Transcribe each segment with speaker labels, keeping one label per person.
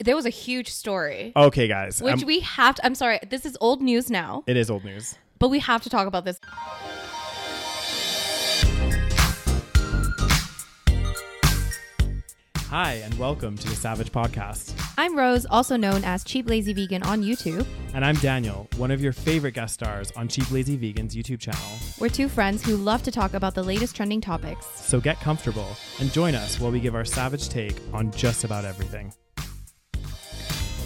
Speaker 1: there was a huge story,
Speaker 2: Okay, guys.
Speaker 1: which
Speaker 2: Oh, I'm-
Speaker 1: we have to. I'm sorry, this is old news now,
Speaker 2: it is old news.
Speaker 1: but we have to talk about this.
Speaker 2: Hi, and welcome to the Savage Podcast.
Speaker 1: I'm Rose, also known as Cheap Lazy Vegan on YouTube.
Speaker 2: And I'm Daniel, one of your favorite guest stars on Cheap Lazy Vegan's YouTube channel.
Speaker 1: We're two friends who love to talk about the latest trending topics.
Speaker 2: So get comfortable and join us while we give our savage take on just about everything.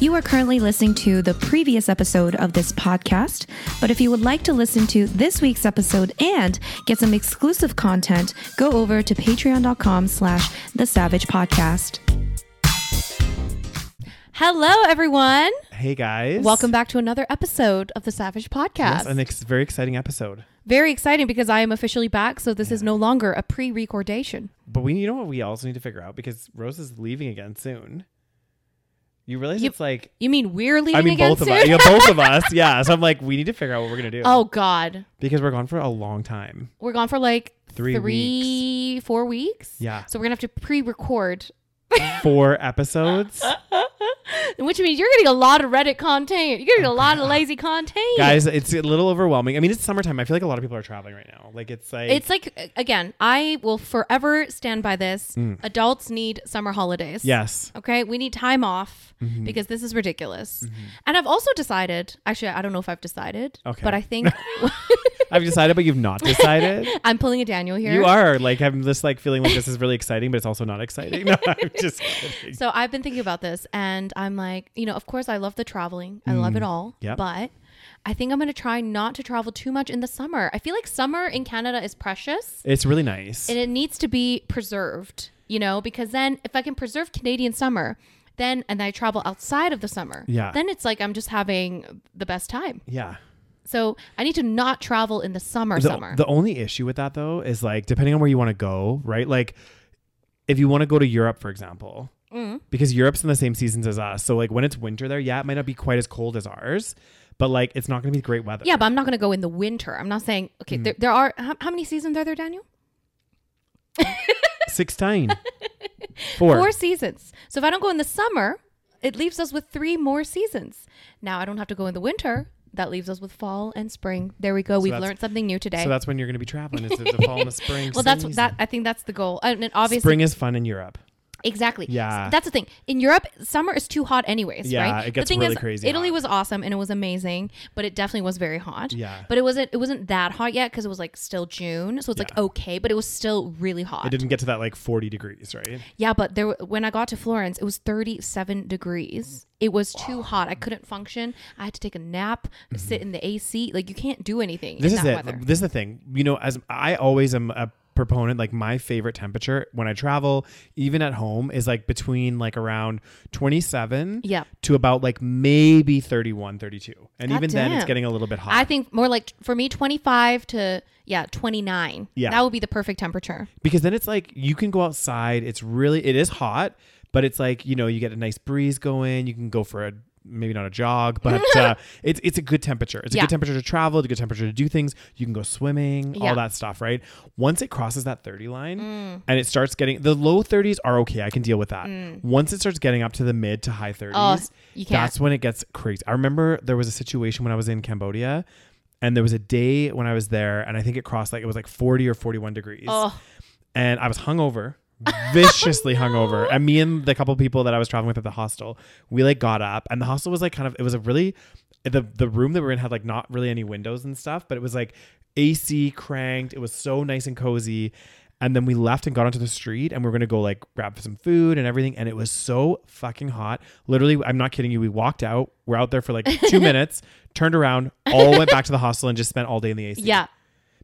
Speaker 3: You are currently listening to the previous episode of this podcast, but if you would like to listen to this week's episode and get some exclusive content, go over to patreon.com slash the savage podcast.
Speaker 1: Hello, everyone.
Speaker 2: Hey, guys.
Speaker 1: Welcome back to another episode of the Savage Podcast.
Speaker 2: Yes, an ex- very exciting episode.
Speaker 1: Very exciting because I am officially back, so this is no longer a pre-recordation.
Speaker 2: But we, you know what we also need to figure out because Rose is leaving again soon. You realize
Speaker 1: You-
Speaker 2: it's like
Speaker 1: You mean we're leaving
Speaker 2: I mean
Speaker 1: again
Speaker 2: both
Speaker 1: soon?
Speaker 2: of us, yeah, both of us, yeah. So I'm like, we need to figure out what we're gonna do.
Speaker 1: Oh God,
Speaker 2: because we're gone for a long time.
Speaker 1: we're gone for like
Speaker 2: Three
Speaker 1: three, four weeks.
Speaker 2: Yeah,
Speaker 1: So we're gonna have to pre-record,
Speaker 2: four episodes,
Speaker 1: which means you're getting a lot of Reddit content. You're getting a lot of lazy content,
Speaker 2: guys. It's a little overwhelming. I mean, it's summertime. I feel like a lot of people are traveling right now. Like it's like
Speaker 1: It's like again, I will forever stand by this.
Speaker 2: Mm.
Speaker 1: Adults need summer holidays.
Speaker 2: yes,
Speaker 1: Okay, we need time off
Speaker 2: Mhm.
Speaker 1: because this is ridiculous. And I've also decided, actually, I don't know if I've decided,
Speaker 2: Mm-hmm. Okay.
Speaker 1: but I think
Speaker 2: I've decided, but you've not decided.
Speaker 1: I'm pulling a Daniel here.
Speaker 2: You are like I'm just like feeling like this is really exciting, but it's also not exciting. No, I'm just kidding.
Speaker 1: So I've been thinking about this and I'm like, you know, of course I love the traveling. I love it all.
Speaker 2: Mm. Yep.
Speaker 1: But I think I'm going to try not to travel too much in the summer. I feel like summer in Canada is precious
Speaker 2: It's really nice.
Speaker 1: and it needs to be preserved, you know, because then if I can preserve Canadian summer, then and I travel outside of the summer,
Speaker 2: Yeah.
Speaker 1: then it's like I'm just having the best time.
Speaker 2: yeah.
Speaker 1: So I need to not travel in the summer
Speaker 2: the,
Speaker 1: summer.
Speaker 2: the only issue with that though is like depending on where you want to go, right? Like if you want to go to Europe, for example,
Speaker 1: Mm.
Speaker 2: because Europe's in the same seasons as us. So like when it's winter there, yeah, it might not be quite as cold as ours, but like it's not gonna be great weather.
Speaker 1: yeah, but I'm not going to go in the winter. I'm not saying okay.
Speaker 2: Hmm.
Speaker 1: There, there are how, how many seasons are there, Daniel?
Speaker 2: Sixteen. Four.
Speaker 1: four seasons. So if I don't go in the summer, it leaves us with three more seasons. Now I don't have to go in the winter. That leaves us with fall and spring. There we go. We've
Speaker 2: that's-
Speaker 1: learned something new today.
Speaker 2: So that's when you're gonna be traveling is the fall and the spring.
Speaker 1: well, that's
Speaker 2: season.
Speaker 1: that. I think that's the goal. And, and obviously,
Speaker 2: spring is fun in Europe.
Speaker 1: exactly.
Speaker 2: Yeah.
Speaker 1: that's the thing. In Europe, summer is too hot, anyways.
Speaker 2: Yeah,
Speaker 1: right?
Speaker 2: it gets
Speaker 1: the thing
Speaker 2: really
Speaker 1: is,
Speaker 2: crazy
Speaker 1: Italy
Speaker 2: hot.
Speaker 1: was awesome and it was amazing, but it definitely was very hot.
Speaker 2: Yeah.
Speaker 1: But it wasn't. It wasn't that hot yet because it was like still June, so it's like
Speaker 2: Yeah.
Speaker 1: okay, but it was still really hot.
Speaker 2: It didn't get to that like forty degrees, right?
Speaker 1: Yeah, but there when I got to Florence, it was 37 degrees. It was too hot. I couldn't function. I had to take a nap, sit in the AC. Like you can't do anything
Speaker 2: Mm-hmm. this
Speaker 1: in
Speaker 2: is
Speaker 1: that
Speaker 2: it
Speaker 1: weather.
Speaker 2: this is the thing you know as i always am a proponent like my favorite temperature when i travel even at home is like between like around 27
Speaker 1: Yeah.
Speaker 2: to about like maybe 31 32 and
Speaker 1: God
Speaker 2: even then it's
Speaker 1: damn.
Speaker 2: getting a little bit hot
Speaker 1: I think more like for me 25 to yeah, 29.
Speaker 2: Yeah.
Speaker 1: That would be the perfect temperature.
Speaker 2: because then it's like you can go outside it's really it is hot but it's like you know you get a nice breeze going you can go for a maybe not a jog but uh, it's it's a good temperature it's a
Speaker 1: Yeah.
Speaker 2: good temperature to travel it's a good temperature to do things you can go swimming
Speaker 1: Yeah. Mm.
Speaker 2: all that stuff right once it crosses that 30 line and it starts getting the low 30s are okay i can deal with that once it starts getting up to the mid to high 30s
Speaker 1: Mm. Oh, you can't.
Speaker 2: that's when it gets crazy. I remember there was a situation when I was in Cambodia and there was a day when I was there and I think it crossed like it was like 40 or 41 degrees.
Speaker 1: Oh.
Speaker 2: And I was hungover, viciously hungover. And me and the couple people that I was traveling with at the hostel, we like got up and the hostel was like kind of it was a really the the room that we were in had like not really any windows and stuff, but it was like AC cranked. It was so nice and cozy. And then we left and got onto the street and we are gonna go like grab some food and everything. And it was so fucking hot. Literally, I'm not kidding you. We walked out, we're out there for like two minutes, turned around, all went back to the hostel and just spent all day in the AC.
Speaker 1: Yeah,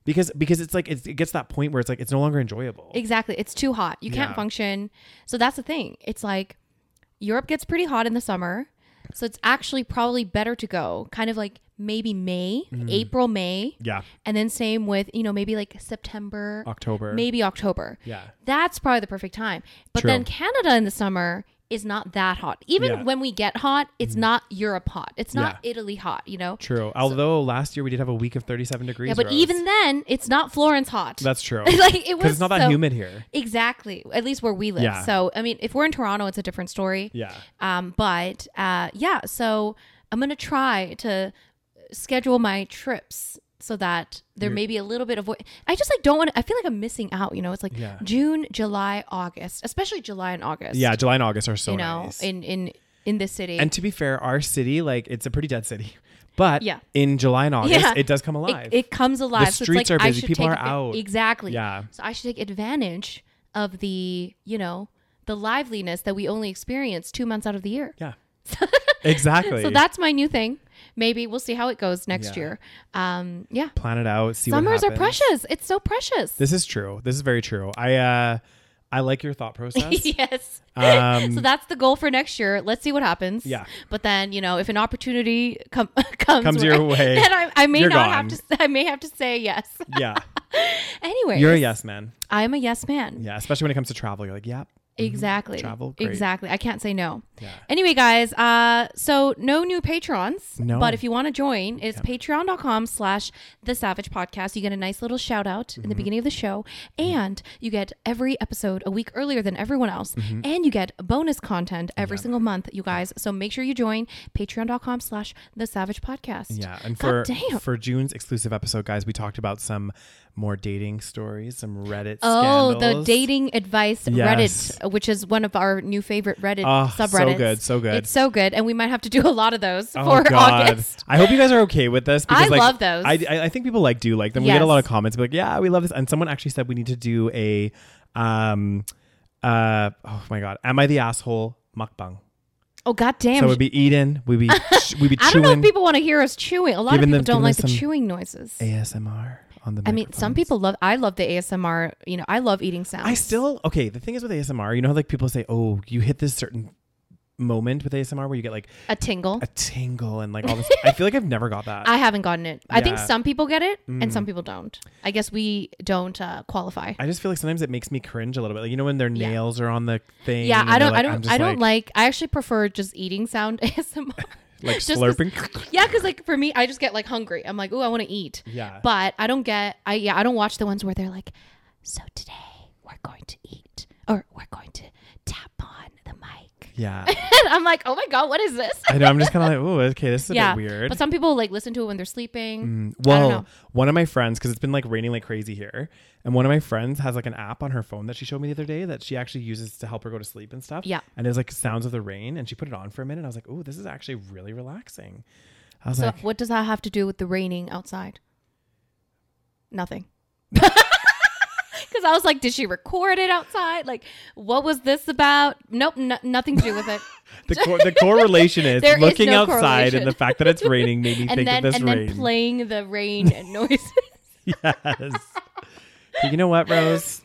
Speaker 2: Because because it's like it's, it gets that point where it's like it's no longer enjoyable.
Speaker 1: exactly. It's too hot. You can't
Speaker 2: Yeah.
Speaker 1: function. So that's the thing. It's like Europe gets pretty hot in the summer. So it's actually probably better to go kind of like maybe May,
Speaker 2: Mm.
Speaker 1: April, May.
Speaker 2: yeah.
Speaker 1: And then same with, you know, maybe like September,
Speaker 2: October.
Speaker 1: maybe October.
Speaker 2: Yeah.
Speaker 1: That's probably the perfect time. But
Speaker 2: True.
Speaker 1: then Canada in the summer is not that hot. Even
Speaker 2: Yeah. Mm.
Speaker 1: when we get hot, it's not Europe hot. It's not
Speaker 2: Yeah.
Speaker 1: Italy hot, you know?
Speaker 2: True. Although last year we did have a week of 37 degrees.
Speaker 1: Yeah, but
Speaker 2: Rose.
Speaker 1: even then, it's not Florence hot.
Speaker 2: that's true.
Speaker 1: like it was
Speaker 2: Because it's not that
Speaker 1: so-
Speaker 2: humid here.
Speaker 1: Exactly. At least where we live.
Speaker 2: Yeah.
Speaker 1: So I mean, if we're in Toronto, it's a different story.
Speaker 2: Yeah.
Speaker 1: Um, but uh, yeah, so I'm gonna try to schedule my trips so that there may be a little bit of what I just like don't want. to I feel like I'm missing out. You know, it's like
Speaker 2: Yeah.
Speaker 1: June, July, August, especially July and August.
Speaker 2: Yeah, July and August are so
Speaker 1: you know,
Speaker 2: nice.
Speaker 1: in in in this city,
Speaker 2: and to be fair, our city, like, it's a pretty dead city. But
Speaker 1: Yeah.
Speaker 2: in July and August,
Speaker 1: Yeah.
Speaker 2: it does come
Speaker 1: it,
Speaker 2: alive.
Speaker 1: it comes alive. so
Speaker 2: streets
Speaker 1: it's like
Speaker 2: are
Speaker 1: I
Speaker 2: busy.
Speaker 1: should
Speaker 2: People
Speaker 1: take
Speaker 2: are
Speaker 1: advan-
Speaker 2: out.
Speaker 1: Exactly.
Speaker 2: yeah.
Speaker 1: So I should take advantage of the you know the liveliness that we only experience two months out of the year.
Speaker 2: Yeah. exactly.
Speaker 1: So that's my new thing. Maybe we'll see how it goes next
Speaker 2: Yeah.
Speaker 1: year. Um, yeah.
Speaker 2: Plan it out. See what
Speaker 1: Summers are
Speaker 2: happens.
Speaker 1: precious. It's so precious.
Speaker 2: This is true. This is very true. I uh I like your thought process.
Speaker 1: yes.
Speaker 2: Um,
Speaker 1: so that's the goal for next year. Let's see what happens.
Speaker 2: Yeah.
Speaker 1: But then you know, if an opportunity com- comes
Speaker 2: Comes your
Speaker 1: where-
Speaker 2: way,
Speaker 1: then I, I may
Speaker 2: you're
Speaker 1: not have
Speaker 2: gone.
Speaker 1: to. I may have to say yes.
Speaker 2: yeah.
Speaker 1: anyway,
Speaker 2: You're a yes man.
Speaker 1: I am a yes man.
Speaker 2: Yeah, especially when it comes to travel. You're like, yep.
Speaker 1: Exactly.
Speaker 2: Mm-hmm. Travel, great.
Speaker 1: Exactly. I can't say no.
Speaker 2: Yeah.
Speaker 1: Anyway, guys, uh, so no new patrons.
Speaker 2: No.
Speaker 1: But if you want to join, it's patreon.com slash the savage podcast. You get a nice little shout out in the
Speaker 2: Mm-hmm.
Speaker 1: beginning of the show, and you get every episode a week earlier than everyone else.
Speaker 2: Mm-hmm.
Speaker 1: And you get bonus content every single month, you guys. So make sure you join patreon.com slash the savage podcast.
Speaker 2: Yeah, and for
Speaker 1: God damn.
Speaker 2: for June's exclusive episode, guys, we talked about some more dating stories, some Reddit.
Speaker 1: Oh, the
Speaker 2: scandals.
Speaker 1: dating advice
Speaker 2: Yes.
Speaker 1: Reddit, which is one of our new favorite Reddit
Speaker 2: Oh, so
Speaker 1: subreddits.
Speaker 2: good, so good.
Speaker 1: It's so good, and we might have to do a lot of those
Speaker 2: Oh,
Speaker 1: for
Speaker 2: God.
Speaker 1: August.
Speaker 2: I hope you guys are okay with this. Because,
Speaker 1: I
Speaker 2: like,
Speaker 1: love those.
Speaker 2: I, I, I think people like do like them. We get a lot of
Speaker 1: Yes.
Speaker 2: comments, be like, yeah, we love this. And someone actually said we need to do a, um, uh, oh my God, am I the asshole mukbang?
Speaker 1: Oh God damn!
Speaker 2: So we'd be eating, we'd be we'd be
Speaker 1: I don't know if
Speaker 2: chewing
Speaker 1: people want to hear us chewing. A lot of
Speaker 2: Giving
Speaker 1: people don't
Speaker 2: them- giving
Speaker 1: like
Speaker 2: them
Speaker 1: the
Speaker 2: some
Speaker 1: chewing noises.
Speaker 2: ASMR on the.
Speaker 1: I mean, some
Speaker 2: microphones.
Speaker 1: people love. I love the ASMR. You know, I love eating sounds.
Speaker 2: I still okay. The thing is with ASMR, you know, how, like people say, "Oh, you hit this certain moment with ASMR where you get like
Speaker 1: a tingle.
Speaker 2: a tingle and like all this." I feel like I've never got that.
Speaker 1: I haven't gotten it. I think
Speaker 2: Yeah. Mm.
Speaker 1: some people get it, and some people don't. I guess we don't uh, qualify.
Speaker 2: I just feel like sometimes it makes me cringe a little bit. Like you know when their
Speaker 1: Yeah.
Speaker 2: nails are on the thing.
Speaker 1: yeah,
Speaker 2: and
Speaker 1: I
Speaker 2: they're
Speaker 1: don't. I
Speaker 2: like- I'm
Speaker 1: don't.
Speaker 2: just
Speaker 1: I don't like. I actually prefer just eating sound ASMR.
Speaker 2: like
Speaker 1: just 'cause-
Speaker 2: slurping.
Speaker 1: Yeah, because like for me, I just get like hungry. I'm like, oh, I want to eat.
Speaker 2: Yeah.
Speaker 1: But I don't get. I yeah, I don't watch the ones where they're like, so today we're going to eat or we're going to tap on the mic.
Speaker 2: Yeah,
Speaker 1: And I'm like, oh my god, what is this?
Speaker 2: I know. I'm just kind of like, oh, okay, this is a
Speaker 1: yeah.
Speaker 2: bit weird. Mm,
Speaker 1: But some people like listen to it when they're sleeping. I don't know.
Speaker 2: Well, one of my friends, because it's been like raining like crazy here, and one of my friends has like an app on her phone that she showed me the other day that she actually uses to help her go to sleep and stuff.
Speaker 1: Yeah.
Speaker 2: And there's like sounds of the rain, and she put it on for a minute. And I was like, oh, this is actually really relaxing. I was
Speaker 1: So
Speaker 2: like,
Speaker 1: what does that have to do with the raining outside? Nothing. Because I was like, did she record it outside? Like, what was this about? Nope, no, nothing to do with it.
Speaker 2: the, cor- the correlation is
Speaker 1: There is
Speaker 2: looking
Speaker 1: no
Speaker 2: outside
Speaker 1: correlation.
Speaker 2: and the fact that it's raining made me
Speaker 1: and
Speaker 2: think
Speaker 1: then
Speaker 2: of this
Speaker 1: and
Speaker 2: rain.
Speaker 1: then playing the rain noises.
Speaker 2: yes. But you know what, Rose?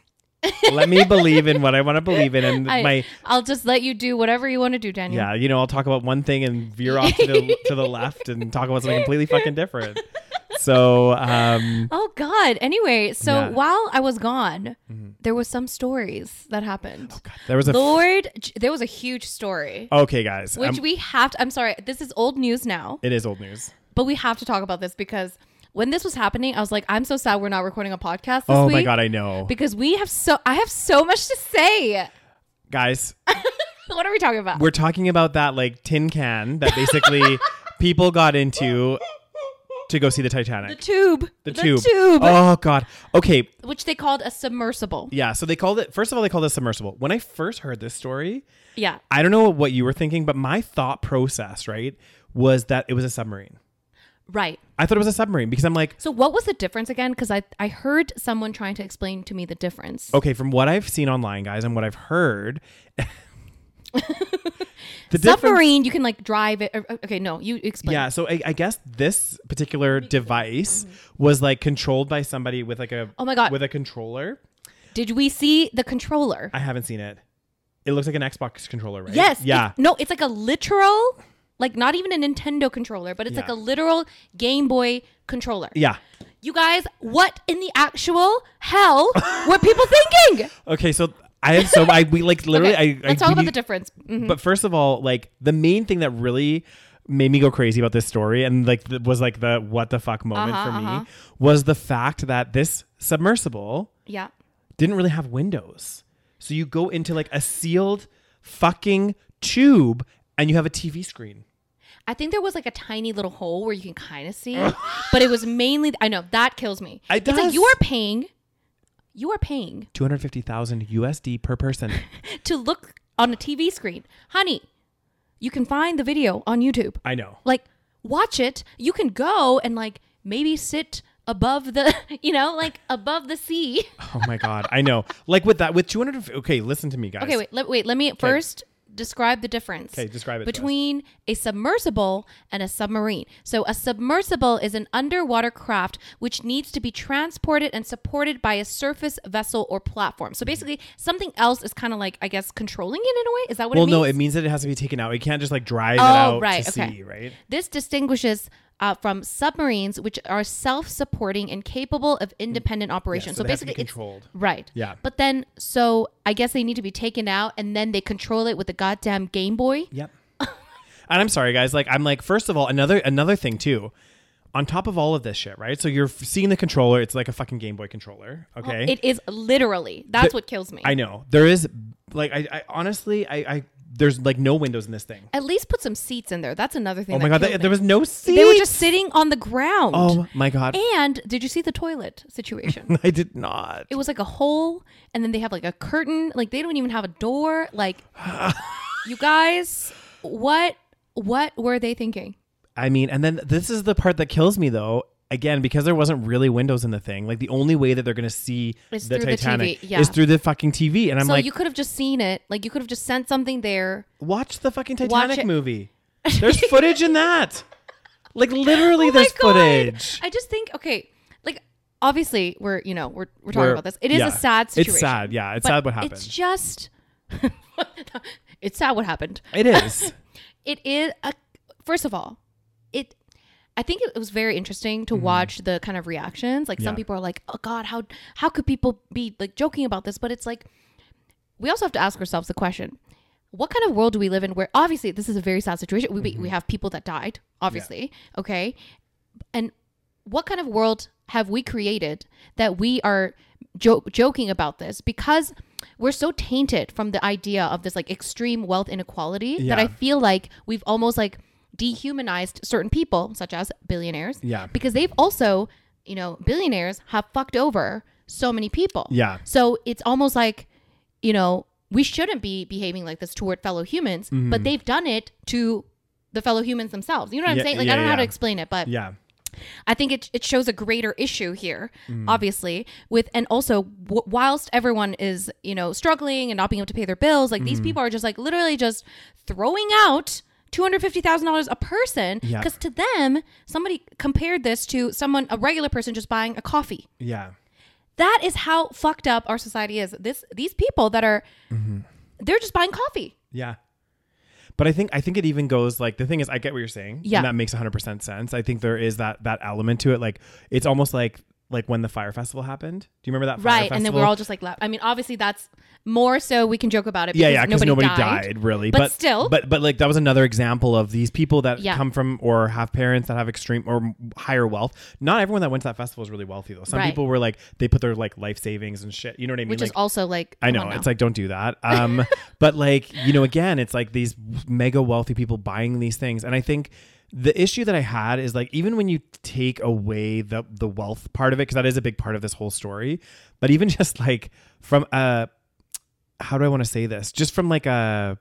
Speaker 2: Let me believe in what I want to believe in, and
Speaker 1: I,
Speaker 2: my
Speaker 1: I'll just let you do whatever you want to do, Daniel.
Speaker 2: Yeah, you know, I'll talk about one thing and veer off to the, to the left and talk about something completely fucking different. So, um,
Speaker 1: Oh God. Anyway, so
Speaker 2: Yeah. Mm-hmm.
Speaker 1: while I was gone, there was some stories that happened.
Speaker 2: there was a.
Speaker 1: Lord, j- there was a huge story,
Speaker 2: okay, guys.
Speaker 1: which
Speaker 2: um,
Speaker 1: we have to. I'm sorry, this is old news now,
Speaker 2: it is old news.
Speaker 1: but we have to talk about this because when this was happening, I was like, I'm so sad we're not recording a podcast this
Speaker 2: Oh my
Speaker 1: week
Speaker 2: God, I know.
Speaker 1: because we have so I have so much to say.
Speaker 2: guys,
Speaker 1: What are we talking about?
Speaker 2: we're talking about that like tin can that basically people got into to go see the
Speaker 1: the
Speaker 2: Titanic.
Speaker 1: tube.
Speaker 2: The, tube. Oh, God. Okay.
Speaker 1: which they called a submersible.
Speaker 2: Yeah. So they called it, first of all, they called it submersible. When I first heard this story,
Speaker 1: Yeah.
Speaker 2: I don't know what you were thinking, but my thought process, right, was that it was a submarine.
Speaker 1: Right.
Speaker 2: I thought it was a submarine because I'm like,
Speaker 1: So what was the difference again? Because I I heard someone trying to explain to me the difference.
Speaker 2: okay, from what I've seen online, guys, and what I've heard, the difference-
Speaker 1: Submarine, you can like drive it. or- Okay, no, you explain.
Speaker 2: Yeah, so I, I guess this particular device was like controlled by somebody with like a
Speaker 1: Oh my God.
Speaker 2: with a controller.
Speaker 1: Did we see the controller?
Speaker 2: I haven't seen it. It looks like an Xbox controller, right?
Speaker 1: yes.
Speaker 2: Yeah.
Speaker 1: it's- no, it's like a literal, like not even a Nintendo controller, but it's
Speaker 2: Yeah.
Speaker 1: like a literal Game Boy controller.
Speaker 2: yeah.
Speaker 1: You guys, what in the actual hell were people thinking?
Speaker 2: Okay, so I have so I we like literally
Speaker 1: Okay,
Speaker 2: I, I
Speaker 1: let's talk
Speaker 2: we
Speaker 1: about
Speaker 2: need-
Speaker 1: the difference. Mhm.
Speaker 2: But first of all, like the main thing that really made me go crazy about this story and like th- was like the what the fuck moment
Speaker 1: Uh-huh,
Speaker 2: for me
Speaker 1: uh-huh.
Speaker 2: was the fact that this submersible
Speaker 1: yeah.
Speaker 2: didn't really have windows. So you go into like a sealed fucking tube and you have a TV screen.
Speaker 1: I think there was like a tiny little hole where you can kind of see, but it was mainly I know that kills me.
Speaker 2: It
Speaker 1: it's like
Speaker 2: does.
Speaker 1: you are paying, you are paying
Speaker 2: 250,000 USD per person.
Speaker 1: to look on a TV screen, honey. You can find the video on YouTube.
Speaker 2: I know.
Speaker 1: Like watch it. You can go and like maybe sit above the you know like above the sea.
Speaker 2: Oh my god, I know. Like with that with 200 Okay, listen to me guys.
Speaker 1: Okay, wait, let, wait. Let me first describe the difference.
Speaker 2: 'Kay, describe it to us.
Speaker 1: between a submersible and a submarine. So a submersible is an underwater craft which needs to be transported and supported by a surface vessel or platform.
Speaker 2: Mm-hmm.
Speaker 1: So basically, something else is kind of like I guess controlling it in a way. Is that what?
Speaker 2: Well,
Speaker 1: it means?
Speaker 2: no, it means that it has to be taken out. You can't just like drive it
Speaker 1: Oh,
Speaker 2: out
Speaker 1: right,
Speaker 2: to
Speaker 1: okay.
Speaker 2: sea, right?
Speaker 1: This distinguishes uh, from submarines, which are self-supporting and capable of independent operation.
Speaker 2: Mm-hmm. so
Speaker 1: so
Speaker 2: they have to be
Speaker 1: basically, it's-
Speaker 2: controlled.
Speaker 1: right?
Speaker 2: Yeah.
Speaker 1: But then, so I guess they need to be taken out, and then they control it with a goddamn Game Boy.
Speaker 2: Yep. and I'm sorry, guys. Like, I'm like, first of all, another another thing too. On top of all of this shit, right? So you're f- seeing the controller. It's like a fucking Game Boy controller. Okay.
Speaker 1: It is literally. That's
Speaker 2: The-
Speaker 1: what kills me.
Speaker 2: I know there is like I, I honestly I, I there's like no windows in this thing.
Speaker 1: At least put some seats in there. That's another thing.
Speaker 2: Oh
Speaker 1: that
Speaker 2: my god,
Speaker 1: killed
Speaker 2: th-
Speaker 1: me.
Speaker 2: there was no seat.
Speaker 1: They were just sitting on the ground.
Speaker 2: Oh my god,
Speaker 1: And did you see the toilet situation?
Speaker 2: I did not.
Speaker 1: it was like a hole, and then they have like a curtain. Like they don't even have a door. Like, you guys, what what were they thinking?
Speaker 2: I mean, and then this is the part that kills me though. Again, because there wasn't really windows in the thing. Like the only way that they're gonna see
Speaker 1: Is
Speaker 2: the
Speaker 1: through the
Speaker 2: Titanic
Speaker 1: TV, yeah.
Speaker 2: is through the fucking TV. And I'm
Speaker 1: so
Speaker 2: like,
Speaker 1: you could have just seen it. Like you could have just sent something there.
Speaker 2: watch the fucking
Speaker 1: Watch
Speaker 2: Titanic
Speaker 1: it.
Speaker 2: movie. There's footage in that. Like
Speaker 1: Oh
Speaker 2: literally,
Speaker 1: my
Speaker 2: there's
Speaker 1: God.
Speaker 2: footage.
Speaker 1: I just think okay, like obviously we're you know we're we're talking
Speaker 2: We're-
Speaker 1: about this. It is
Speaker 2: yeah.
Speaker 1: a sad situation.
Speaker 2: It's sad. Yeah, it's
Speaker 1: but
Speaker 2: sad what happened.
Speaker 1: It's just it's sad what happened.
Speaker 2: it is.
Speaker 1: It is a first of all, it I think it was very interesting to watch the kind of reactions. Like some
Speaker 2: Mm-hmm. Yeah.
Speaker 1: people are like, "Oh God, how how could people be like joking about this?" But it's like we also have to ask ourselves the question: What kind of world do we live in? Where obviously this is a very sad situation. We we
Speaker 2: Mm-hmm.
Speaker 1: we have people that died, obviously. Okay, and what kind of world have we created that we are jo- joking about this because we're so tainted from the idea of this like extreme wealth inequality that
Speaker 2: Yeah.
Speaker 1: I feel like we've almost like dehumanized certain people such as billionaires
Speaker 2: Yeah.
Speaker 1: because they've also you know billionaires have fucked over so many people
Speaker 2: Yeah.
Speaker 1: so it's almost like you know we shouldn't be behaving like this toward fellow humans but they've done it to the fellow humans themselves you know what i'm
Speaker 2: Mm-hmm. Yeah,
Speaker 1: saying like
Speaker 2: yeah,
Speaker 1: i don't know how to
Speaker 2: yeah.
Speaker 1: explain it but
Speaker 2: Yeah.
Speaker 1: I think it, it shows a greater issue here,
Speaker 2: Mm.
Speaker 1: obviously, with and also w- whilst everyone is you know struggling and not being able to pay their bills, like
Speaker 2: Mm.
Speaker 1: these people are just like literally just throwing out. Two hundred fifty thousand dollars a person, because
Speaker 2: Yeah.
Speaker 1: to them, somebody compared this to someone, a regular person, just buying a coffee.
Speaker 2: Yeah.
Speaker 1: That is how fucked up our society is. This, these people that are,
Speaker 2: Mm-hmm.
Speaker 1: they're just buying coffee.
Speaker 2: Yeah. But I think I think it even goes like the thing is I get what you're saying.
Speaker 1: Yeah.
Speaker 2: And that makes 100% sense. I think there is that that element to it like it's almost like like when the fire festival happened. Do you remember that fire
Speaker 1: right
Speaker 2: festival?
Speaker 1: and then we're all just like laugh. i mean obviously that's more so we can joke about it because
Speaker 2: yeah, yeah, because
Speaker 1: nobody,
Speaker 2: nobody,
Speaker 1: died,
Speaker 2: died. really.
Speaker 1: But
Speaker 2: But,
Speaker 1: still-
Speaker 2: but but like that was another example of these people that
Speaker 1: Yeah.
Speaker 2: come from or have parents that have extreme or higher wealth. Not everyone that went to that festival is really wealthy though. Some
Speaker 1: Right.
Speaker 2: people were like they put their like life savings and shit. You know what I mean?
Speaker 1: which is
Speaker 2: Like,
Speaker 1: also like
Speaker 2: I
Speaker 1: come
Speaker 2: know
Speaker 1: on now.
Speaker 2: it's like don't do that. Um, but like you know, again, it's like these mega wealthy people buying these things, and I think the issue that I had is like even when you take away the the wealth part of it, because that is a big part of this whole story, but even just like from a how do I want to say this? Just from like a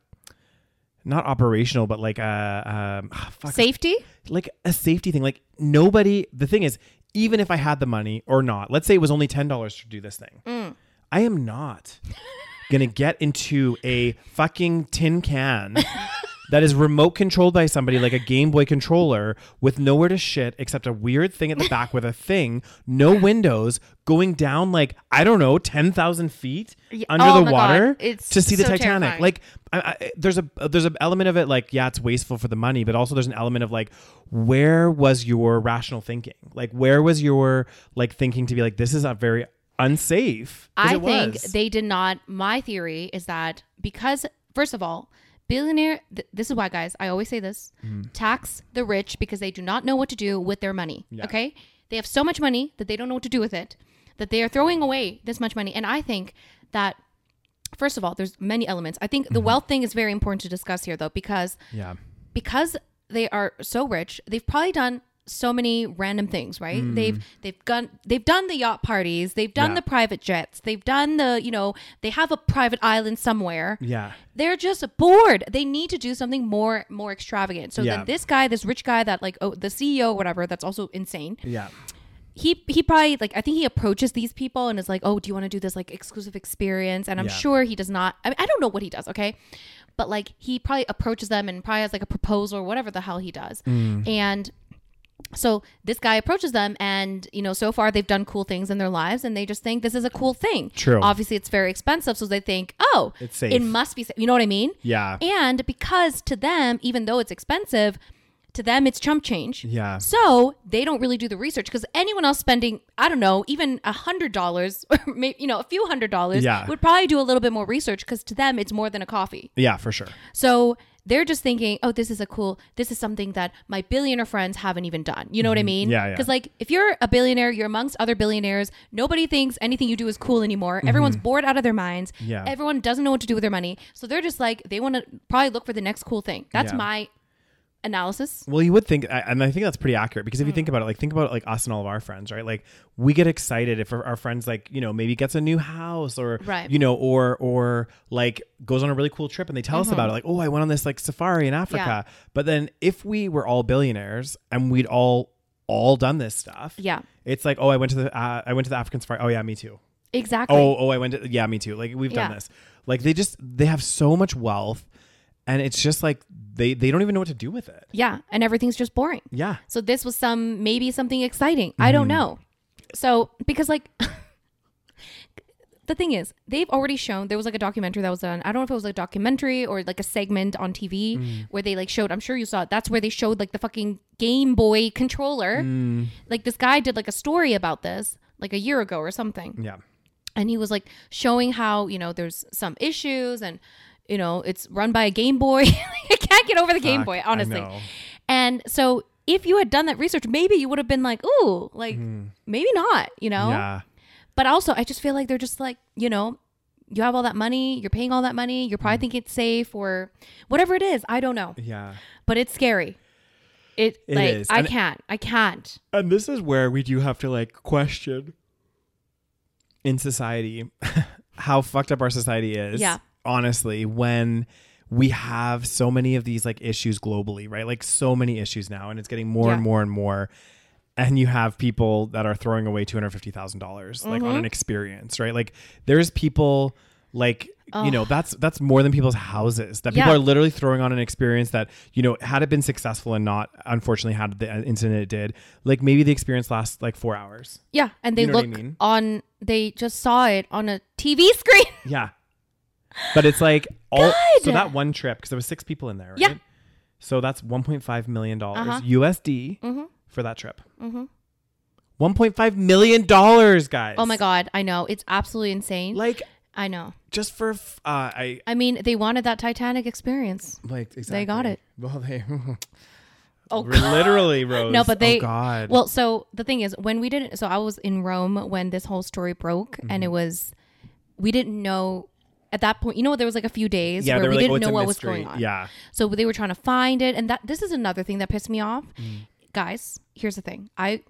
Speaker 2: not operational, but like a um, ah, fuck,
Speaker 1: safety
Speaker 2: like a safety thing. Like nobody. The thing is, even if I had the money or not, let's say it was only ten dollars to do this thing,
Speaker 1: Mm.
Speaker 2: I am not gonna get into a fucking tin can that is remote controlled by somebody like a Game Boy controller with nowhere to shit except a weird thing at the back with a thing, no windows, going down like I don't know ten thousand feet
Speaker 1: Yeah.
Speaker 2: under
Speaker 1: Oh my
Speaker 2: the
Speaker 1: God.
Speaker 2: water
Speaker 1: It's
Speaker 2: to see the
Speaker 1: so
Speaker 2: Titanic.
Speaker 1: terrifying.
Speaker 2: Like like I, I, there's a there's an element of it like yeah it's wasteful for the money but also there's an element of like where was your rational thinking like where was your like thinking to be like this is a very unsafe. 'cause
Speaker 1: I
Speaker 2: it
Speaker 1: think
Speaker 2: was.
Speaker 1: they did not. My theory is that because, first of all, billionaire, th- this is why, guys, I always say this
Speaker 2: Mm-hmm.
Speaker 1: tax the rich because they do not know what to do with their money.
Speaker 2: Yeah.
Speaker 1: Okay. They have so much money that they don't know what to do with it, that they are throwing away this much money. And I think that. First of all, there's many elements. I think
Speaker 2: Mm-hmm.
Speaker 1: the wealth thing is very important to discuss here though because
Speaker 2: yeah.
Speaker 1: because they are so rich, they've probably done so many random things, right? They've they've done they've done the yacht parties, they've done
Speaker 2: Hmm. Yeah.
Speaker 1: the private jets, they've done the you know they have a private island somewhere.
Speaker 2: Yeah.
Speaker 1: They're just bored. They need to do something more more extravagant. So
Speaker 2: Yeah.
Speaker 1: then this guy, this rich guy that like oh the CEO whatever, that's also insane
Speaker 2: Yeah.
Speaker 1: he he probably like I think he approaches these people and is like, "Oh, do you want to do this like exclusive experience?" And I'm
Speaker 2: Yeah.
Speaker 1: sure he does not. I, mean, I don't know what he does, okay, but like he probably approaches them and probably has like a proposal or whatever the hell he does,
Speaker 2: Mm.
Speaker 1: and. So this guy approaches them and you know so far they've done cool things in their lives and they just think this is a cool thing.
Speaker 2: True.
Speaker 1: Obviously it's very expensive so they think, "Oh,
Speaker 2: It's safe.
Speaker 1: it must be safe." You know what I mean?
Speaker 2: Yeah.
Speaker 1: And because to them even though it's expensive, to them it's chump change.
Speaker 2: Yeah.
Speaker 1: So they don't really do the research because anyone else spending, I don't know, even a hundred dollars or maybe you know a few hundred dollars
Speaker 2: Yeah.
Speaker 1: would probably do a little bit more research because to them it's more than a coffee.
Speaker 2: Yeah, for sure.
Speaker 1: So they're just thinking, oh, this is a cool, this is something that my billionaire friends haven't even done. You know what I mean?
Speaker 2: Mm-hmm. Yeah, yeah.
Speaker 1: Because like if you're a billionaire, you're amongst other billionaires. Nobody thinks anything you do is cool anymore. Everyone's bored out of their minds.
Speaker 2: Mm-hmm. Yeah.
Speaker 1: Everyone doesn't know what to do with their money. So they're just like they want to probably look for the next cool thing. That's
Speaker 2: Yeah.
Speaker 1: my analysis.
Speaker 2: Well, you would think, I- and I think that's pretty accurate because if you think
Speaker 1: Mm.
Speaker 2: about it, like think about like us and all of our friends, right? Like we get excited if our, our friends like you know maybe gets a new house or
Speaker 1: Right.
Speaker 2: you know or or like goes on a really cool trip and they tell us
Speaker 1: Mm-hmm.
Speaker 2: about it, like oh I went on this like safari in Africa. But then if we were all billionaires and we'd all all done this stuff,
Speaker 1: Yeah.
Speaker 2: it's like oh I went to the uh, I went to the African safari. Oh yeah, me too.
Speaker 1: Exactly.
Speaker 2: Oh oh I went to yeah me too. Like we've done
Speaker 1: Yeah.
Speaker 2: this. Like they just they have so much wealth, and it's just like they they don't even know what to do with it.
Speaker 1: Yeah, and everything's just boring.
Speaker 2: Yeah.
Speaker 1: So this was some maybe something exciting. I
Speaker 2: Mm.
Speaker 1: don't know. So because like the thing is, they've already shown there was like a documentary that was done. I don't know if it was like a documentary or like a segment on TV
Speaker 2: Mm.
Speaker 1: where they like showed. I'm sure you saw it. That's where they showed like the fucking Game Boy controller.
Speaker 2: Mm.
Speaker 1: Like this guy did like a story about this like a year ago or something
Speaker 2: Yeah.
Speaker 1: and he was like showing how you know there's some issues and you know it's run by a game boy i can't get over the game
Speaker 2: Fuck,
Speaker 1: boy
Speaker 2: I
Speaker 1: honestly
Speaker 2: know.
Speaker 1: and so if you had done that research maybe you would have been like ooh like maybe not you know
Speaker 2: Hmm. Yeah.
Speaker 1: but also i just feel like they're just like you know you have all that money you're paying all that money you're
Speaker 2: Hmm.
Speaker 1: probably thinking it's safe or whatever it is i don't know
Speaker 2: Yeah.
Speaker 1: but it's scary it,
Speaker 2: It
Speaker 1: like
Speaker 2: is.
Speaker 1: i
Speaker 2: And-
Speaker 1: can't i can't
Speaker 2: And this is where we do have to like question in society how fucked up our society is.
Speaker 1: Yeah.
Speaker 2: Honestly, when we have so many of these like issues globally, right? Like so many issues now, and it's getting more and
Speaker 1: Yeah.
Speaker 2: more and more. And you have people that are throwing away two hundred fifty thousand dollars, like
Speaker 1: Mm-hmm.
Speaker 2: on an experience, right? Like there's people like you know that's that's more than people's houses that people
Speaker 1: Yeah.
Speaker 2: are literally throwing on an experience that you know had it been successful and not unfortunately had the incident it did like maybe the experience lasts like four hours
Speaker 1: yeah and they
Speaker 2: You know what I
Speaker 1: look
Speaker 2: mean?
Speaker 1: on they just saw it on a tv screen
Speaker 2: yeah but it's like all so
Speaker 1: God.
Speaker 2: that one trip because there was six people in there right
Speaker 1: Yeah.
Speaker 2: so that's 1.5 million dollars
Speaker 1: Uh-huh.
Speaker 2: usd
Speaker 1: Mhm.
Speaker 2: for that trip
Speaker 1: mm-hmm.
Speaker 2: 1.5 million dollars guys
Speaker 1: Oh my god, I know. It's absolutely insane.
Speaker 2: like
Speaker 1: I know.
Speaker 2: just for f- uh i
Speaker 1: I mean, they wanted that Titanic experience.
Speaker 2: like exactly.
Speaker 1: They got it.
Speaker 2: well they
Speaker 1: Oh
Speaker 2: literally rose
Speaker 1: No, but they
Speaker 2: oh god
Speaker 1: Well, so the thing is, when we didn't so I was in Rome when this whole story broke
Speaker 2: Mm-hmm.
Speaker 1: and it was we didn't know at that point, you know, there was like a few days
Speaker 2: yeah they
Speaker 1: where
Speaker 2: were
Speaker 1: we
Speaker 2: like
Speaker 1: didn't
Speaker 2: oh, it's
Speaker 1: know
Speaker 2: a
Speaker 1: what
Speaker 2: mystery.
Speaker 1: was going on.
Speaker 2: yeah
Speaker 1: So they were trying to find it, and that this is another thing that pissed me off.
Speaker 2: Mm.
Speaker 1: Guys, here's the thing: I,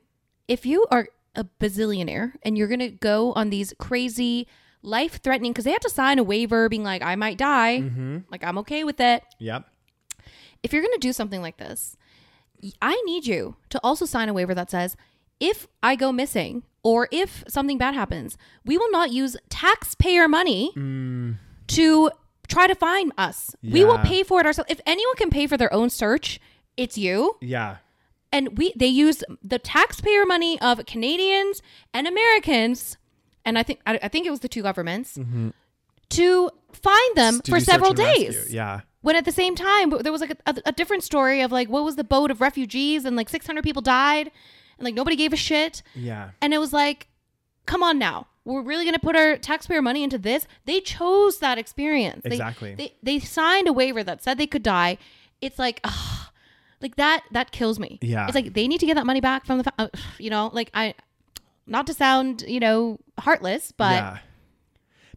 Speaker 1: if you are a bazillionaire and you're gonna go on these crazy, life-threatening, because they have to sign a waiver, being like, I might die,
Speaker 2: Mm-hmm.
Speaker 1: like I'm okay with it.
Speaker 2: yep
Speaker 1: If you're gonna do something like this, y- I need you to also sign a waiver that says, if I go missing or if something bad happens, we will not use taxpayer money to try to find us. We will
Speaker 2: Mm. Yeah.
Speaker 1: pay for it ourselves. If anyone can pay for their own search, it's you.
Speaker 2: Yeah.
Speaker 1: And we they used the taxpayer money of Canadians and Americans, and I think I, I think it was the two governments to find them
Speaker 2: Mm-hmm.
Speaker 1: Um,
Speaker 2: To
Speaker 1: for
Speaker 2: do search
Speaker 1: several
Speaker 2: and rescue.
Speaker 1: days.
Speaker 2: Yeah.
Speaker 1: When at the same time there was like a, a, a different story of like what was the boat of refugees and like 600 people died, and like nobody gave a shit,
Speaker 2: Yeah.
Speaker 1: and it was like, come on now, we're really going to put our taxpayer money into this. They chose that experience. They-
Speaker 2: Exactly.
Speaker 1: They, they signed a waiver that said they could die. It's like, ugh, like that that kills me.
Speaker 2: Yeah.
Speaker 1: It's like they need to get that money back from the, fa- uh, you know, like I, not to sound you know heartless, but
Speaker 2: yeah.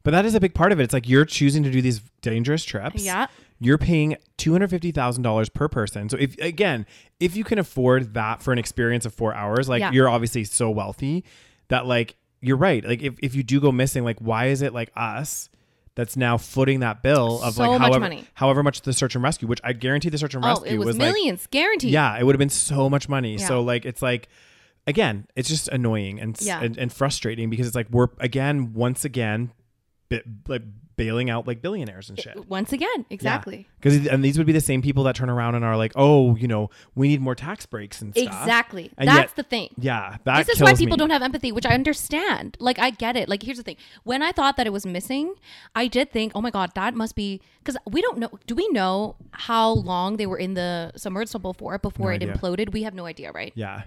Speaker 2: But that is a big part of it. It's like you're choosing to do these dangerous trips.
Speaker 1: Yeah.
Speaker 2: You're paying $250,000 per person. So if again, if you can afford that for an experience of 4 hours, like
Speaker 1: Yeah.
Speaker 2: you're obviously so wealthy that like you're right. Like if, if you do go missing, like why is it like us that's now footing that bill of
Speaker 1: So
Speaker 2: like
Speaker 1: much
Speaker 2: however
Speaker 1: money.
Speaker 2: however much the search and rescue, which I guarantee the search and
Speaker 1: oh,
Speaker 2: rescue
Speaker 1: it was,
Speaker 2: like
Speaker 1: millions guaranteed.
Speaker 2: yeah, it would have been so much money.
Speaker 1: Yeah.
Speaker 2: So like it's like again, it's just annoying and s-
Speaker 1: Yeah.
Speaker 2: and, and frustrating because it's like we're again once again bi- like bailing out like billionaires and shit.
Speaker 1: Once again, exactly.
Speaker 2: Because and these would be the same people that turn around and are like, "Oh, you know, we need more tax breaks and stuff."
Speaker 1: Exactly.
Speaker 2: And
Speaker 1: That's
Speaker 2: yet-
Speaker 1: the thing.
Speaker 2: Yeah, that
Speaker 1: this is
Speaker 2: kills
Speaker 1: why people
Speaker 2: me.
Speaker 1: don't have empathy, which I understand. Like I get it. Like here's the thing: when I thought that it was missing, I did think, oh my god, that must be because we don't know. Do we know how long they were in the submersible for before
Speaker 2: No
Speaker 1: it
Speaker 2: idea.
Speaker 1: imploded? We have no idea, right?
Speaker 2: Yeah, Mm.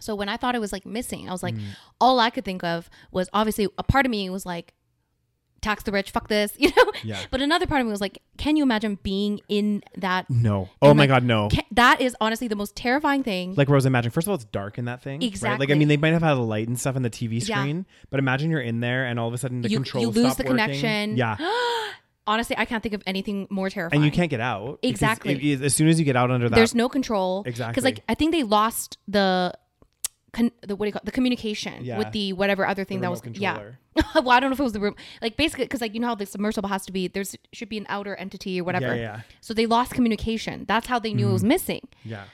Speaker 1: So when I thought it was like missing, I was like, all I could think of was obviously a part of me was like, tax the rich, fuck this, you know.
Speaker 2: Yeah.
Speaker 1: But another part of me was like, can you imagine being in that?
Speaker 2: no. Oh
Speaker 1: And,
Speaker 2: my
Speaker 1: like,
Speaker 2: god, no.
Speaker 1: Can, that is honestly the most terrifying thing.
Speaker 2: like Rose, imagine. First of all, it's dark in that thing. right? Like
Speaker 1: Exactly.
Speaker 2: I mean, they might have had a light and stuff on the TV
Speaker 1: Yeah.
Speaker 2: screen, but imagine you're in there and all of a sudden the
Speaker 1: You-
Speaker 2: controls
Speaker 1: you lose
Speaker 2: stop
Speaker 1: the
Speaker 2: working.
Speaker 1: connection.
Speaker 2: Yeah,
Speaker 1: honestly, I can't think of anything more terrifying.
Speaker 2: and you can't get out because
Speaker 1: Exactly.
Speaker 2: it- it- as soon as you get out under that,
Speaker 1: There's no control.
Speaker 2: Exactly.
Speaker 1: Because like I think they lost the. Con- the what do you call it? the communication
Speaker 2: Yeah.
Speaker 1: with the whatever other thing that was
Speaker 2: remote controller.
Speaker 1: yeah well I don't know if it was the room like basically because like you know how the submersible has to be there's should be an outer entity or whatever
Speaker 2: yeah. Mm-hmm.
Speaker 1: so they lost communication that's how they knew it was missing
Speaker 2: yeah,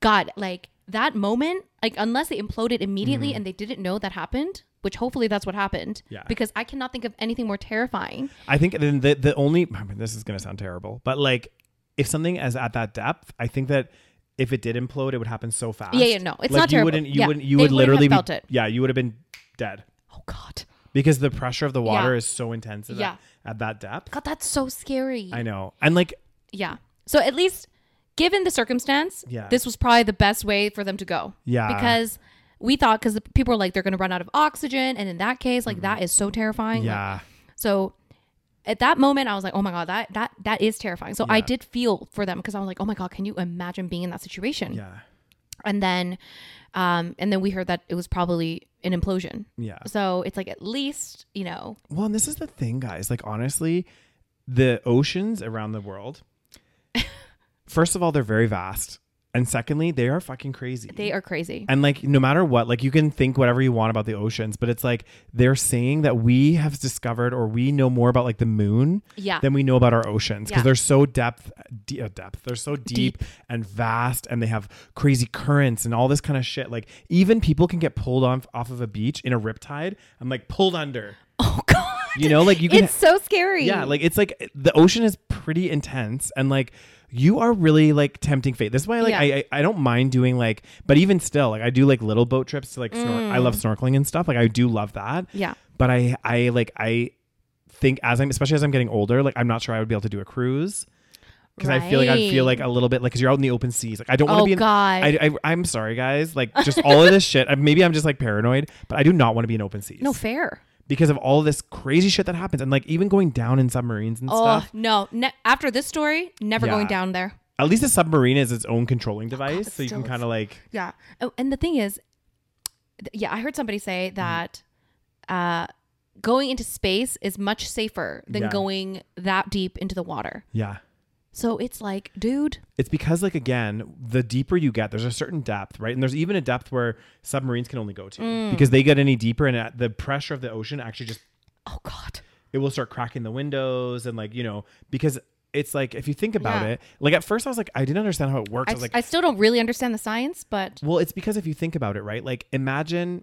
Speaker 1: God like that moment like unless they imploded immediately
Speaker 2: Mm-hmm.
Speaker 1: and they didn't know that happened which hopefully that's what happened
Speaker 2: Yeah.
Speaker 1: because I cannot think of anything more terrifying
Speaker 2: I think then the the only I mean, this is gonna sound terrible, but like if something is at that depth, I think that if it did implode, it would happen so fast.
Speaker 1: Yeah, yeah, no, it's
Speaker 2: Like,
Speaker 1: not
Speaker 2: you
Speaker 1: terrible.
Speaker 2: Wouldn't, you
Speaker 1: Yeah,
Speaker 2: wouldn't. You
Speaker 1: they wouldn't
Speaker 2: would
Speaker 1: have
Speaker 2: literally be-
Speaker 1: felt it.
Speaker 2: Yeah, you would have been dead
Speaker 1: oh God
Speaker 2: because the pressure of the water is so intense. At,
Speaker 1: Yeah.
Speaker 2: that, at that depth,
Speaker 1: God that's so scary
Speaker 2: I know. And like,
Speaker 1: Yeah. So at least given the circumstance,
Speaker 2: Yeah.
Speaker 1: this was probably the best way for them to go.
Speaker 2: Yeah.
Speaker 1: Because we thought because people were like they're going to run out of oxygen and in that case like that is so terrifying. Like,
Speaker 2: Mm-hmm. yeah,
Speaker 1: so at that moment I was like, "Oh my god, that that that is terrifying." So I
Speaker 2: Yeah.
Speaker 1: did feel for them because I was like, "Oh my god, can you imagine being in that situation?"
Speaker 2: yeah,
Speaker 1: And then um and then we heard that it was probably an implosion.
Speaker 2: yeah.
Speaker 1: So it's like at least, you know,
Speaker 2: Well, and this is the thing, guys. Like, honestly, the oceans around the world, first of all, they're very vast. And secondly, they are fucking crazy.
Speaker 1: they are crazy.
Speaker 2: And like, no matter what, like you can think whatever you want about the oceans, but it's like they're saying that we have discovered or we know more about like the moon
Speaker 1: Yeah.
Speaker 2: than we know about our oceans because
Speaker 1: Yeah.
Speaker 2: they're so depth, de- uh, depth. They're so deep, and vast, and they have crazy currents and all this kind of shit. Like even people can get pulled off off of a beach in a riptide and like pulled under.
Speaker 1: oh god.
Speaker 2: You know, like you can.
Speaker 1: it's so scary.
Speaker 2: Yeah, like it's like the ocean is pretty intense and like you are really like tempting fate. That's why like
Speaker 1: Yeah.
Speaker 2: I, I I don't mind doing like but even still like I do like little boat trips to like snor- I love
Speaker 1: Mm.
Speaker 2: snorkeling and stuff. Like I do love that.
Speaker 1: Yeah.
Speaker 2: But I I like I think as I'm especially as I'm getting older, like I'm not sure I would be able to do a cruise. Because I feel like I would feel
Speaker 1: Right.
Speaker 2: like a little bit like because you're out in the open seas. Like I don't want to
Speaker 1: Oh,
Speaker 2: be. In,
Speaker 1: God.
Speaker 2: I, I am sorry guys. Like just all of this shit. I- Maybe I'm just like paranoid, but I do not want to be in open seas
Speaker 1: no fair.
Speaker 2: because of all this crazy shit that happens and like even going down in submarines and
Speaker 1: Oh
Speaker 2: stuff
Speaker 1: no! Ne- after this story, never
Speaker 2: Yeah.
Speaker 1: going down there.
Speaker 2: at least a submarine is its own controlling device
Speaker 1: but
Speaker 2: so you can
Speaker 1: still,
Speaker 2: kind of like
Speaker 1: Yeah. Oh, and the thing is, th- yeah, I heard somebody
Speaker 2: Mm-hmm.
Speaker 1: say that uh, going into space is much safer than
Speaker 2: Yeah.
Speaker 1: going that deep into the water.
Speaker 2: yeah
Speaker 1: So it's like, dude,
Speaker 2: it's because like again the deeper you get there's a certain depth right and there's even a depth where submarines can only go to
Speaker 1: Mm.
Speaker 2: because they get any deeper and at the pressure of the ocean actually just
Speaker 1: oh god,
Speaker 2: it will start cracking the windows and like you know because it's like if you think about
Speaker 1: Yeah.
Speaker 2: it like at first i was like i didn't understand how it works
Speaker 1: I,
Speaker 2: i was like
Speaker 1: I still don't really understand the science, but
Speaker 2: well it's because if you think about it right like imagine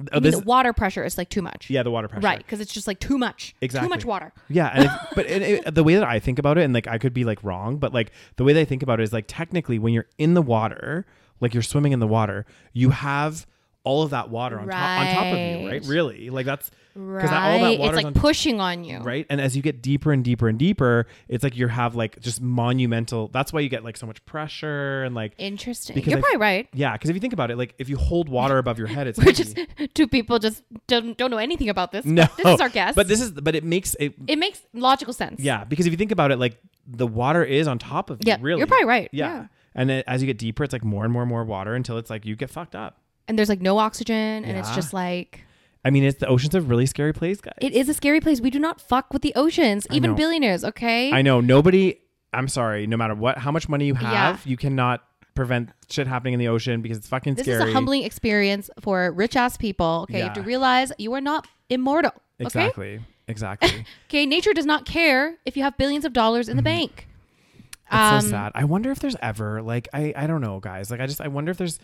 Speaker 1: I
Speaker 2: oh,
Speaker 1: mean,
Speaker 2: this
Speaker 1: the water pressure is like too much.
Speaker 2: yeah the water pressure
Speaker 1: Right, because it's just like too much.
Speaker 2: Exactly.
Speaker 1: Too much water.
Speaker 2: Yeah, and if, but it, it, the way that I think about it, and like I could be like wrong, but like the way that I think about it is like technically when you're in the water, like you're swimming in the water, you have all of that water on top on top of you, right?
Speaker 1: Right.
Speaker 2: Really, like that's
Speaker 1: Right.
Speaker 2: that- all that
Speaker 1: it's
Speaker 2: water's
Speaker 1: like
Speaker 2: on-
Speaker 1: pushing on you.
Speaker 2: right. And as you get deeper and deeper and deeper, it's like you have like just monumental. That's why you get like so much pressure and like
Speaker 1: Interesting.
Speaker 2: Because
Speaker 1: You're
Speaker 2: I-
Speaker 1: probably right.
Speaker 2: yeah, because if you think about it, like if you hold water above your head, it's
Speaker 1: We're
Speaker 2: heavy.
Speaker 1: just two people just don't, don't know anything about this.
Speaker 2: no.
Speaker 1: This is our guess.
Speaker 2: but this is but it makes it
Speaker 1: it makes logical sense.
Speaker 2: Yeah, because if you think about it, like the water is on top of you.
Speaker 1: Yeah,
Speaker 2: really,
Speaker 1: you're probably right.
Speaker 2: Yeah.
Speaker 1: Yeah.
Speaker 2: And then as you get deeper, it's like more and more and more water until it's like you get fucked up.
Speaker 1: And there's like no oxygen, and it's
Speaker 2: Yeah.
Speaker 1: just like
Speaker 2: I mean, it's the ocean's a really scary place, guys.
Speaker 1: it is a scary place. We do not fuck with the oceans, even
Speaker 2: know.
Speaker 1: billionaires. Okay.
Speaker 2: I know nobody. I'm sorry. No matter what, how much money you have,
Speaker 1: Yeah.
Speaker 2: you cannot prevent shit happening in the ocean because it's fucking
Speaker 1: this
Speaker 2: scary.
Speaker 1: is a humbling experience for rich ass people. Okay, you have to
Speaker 2: Yeah.
Speaker 1: realize you are not immortal. Okay.
Speaker 2: Exactly. Exactly.
Speaker 1: Okay. Nature does not care if you have billions of dollars in the bank.
Speaker 2: Mm-hmm. That's
Speaker 1: Um,
Speaker 2: so sad. I wonder if there's ever like I I don't know, guys. Like I just I wonder if there's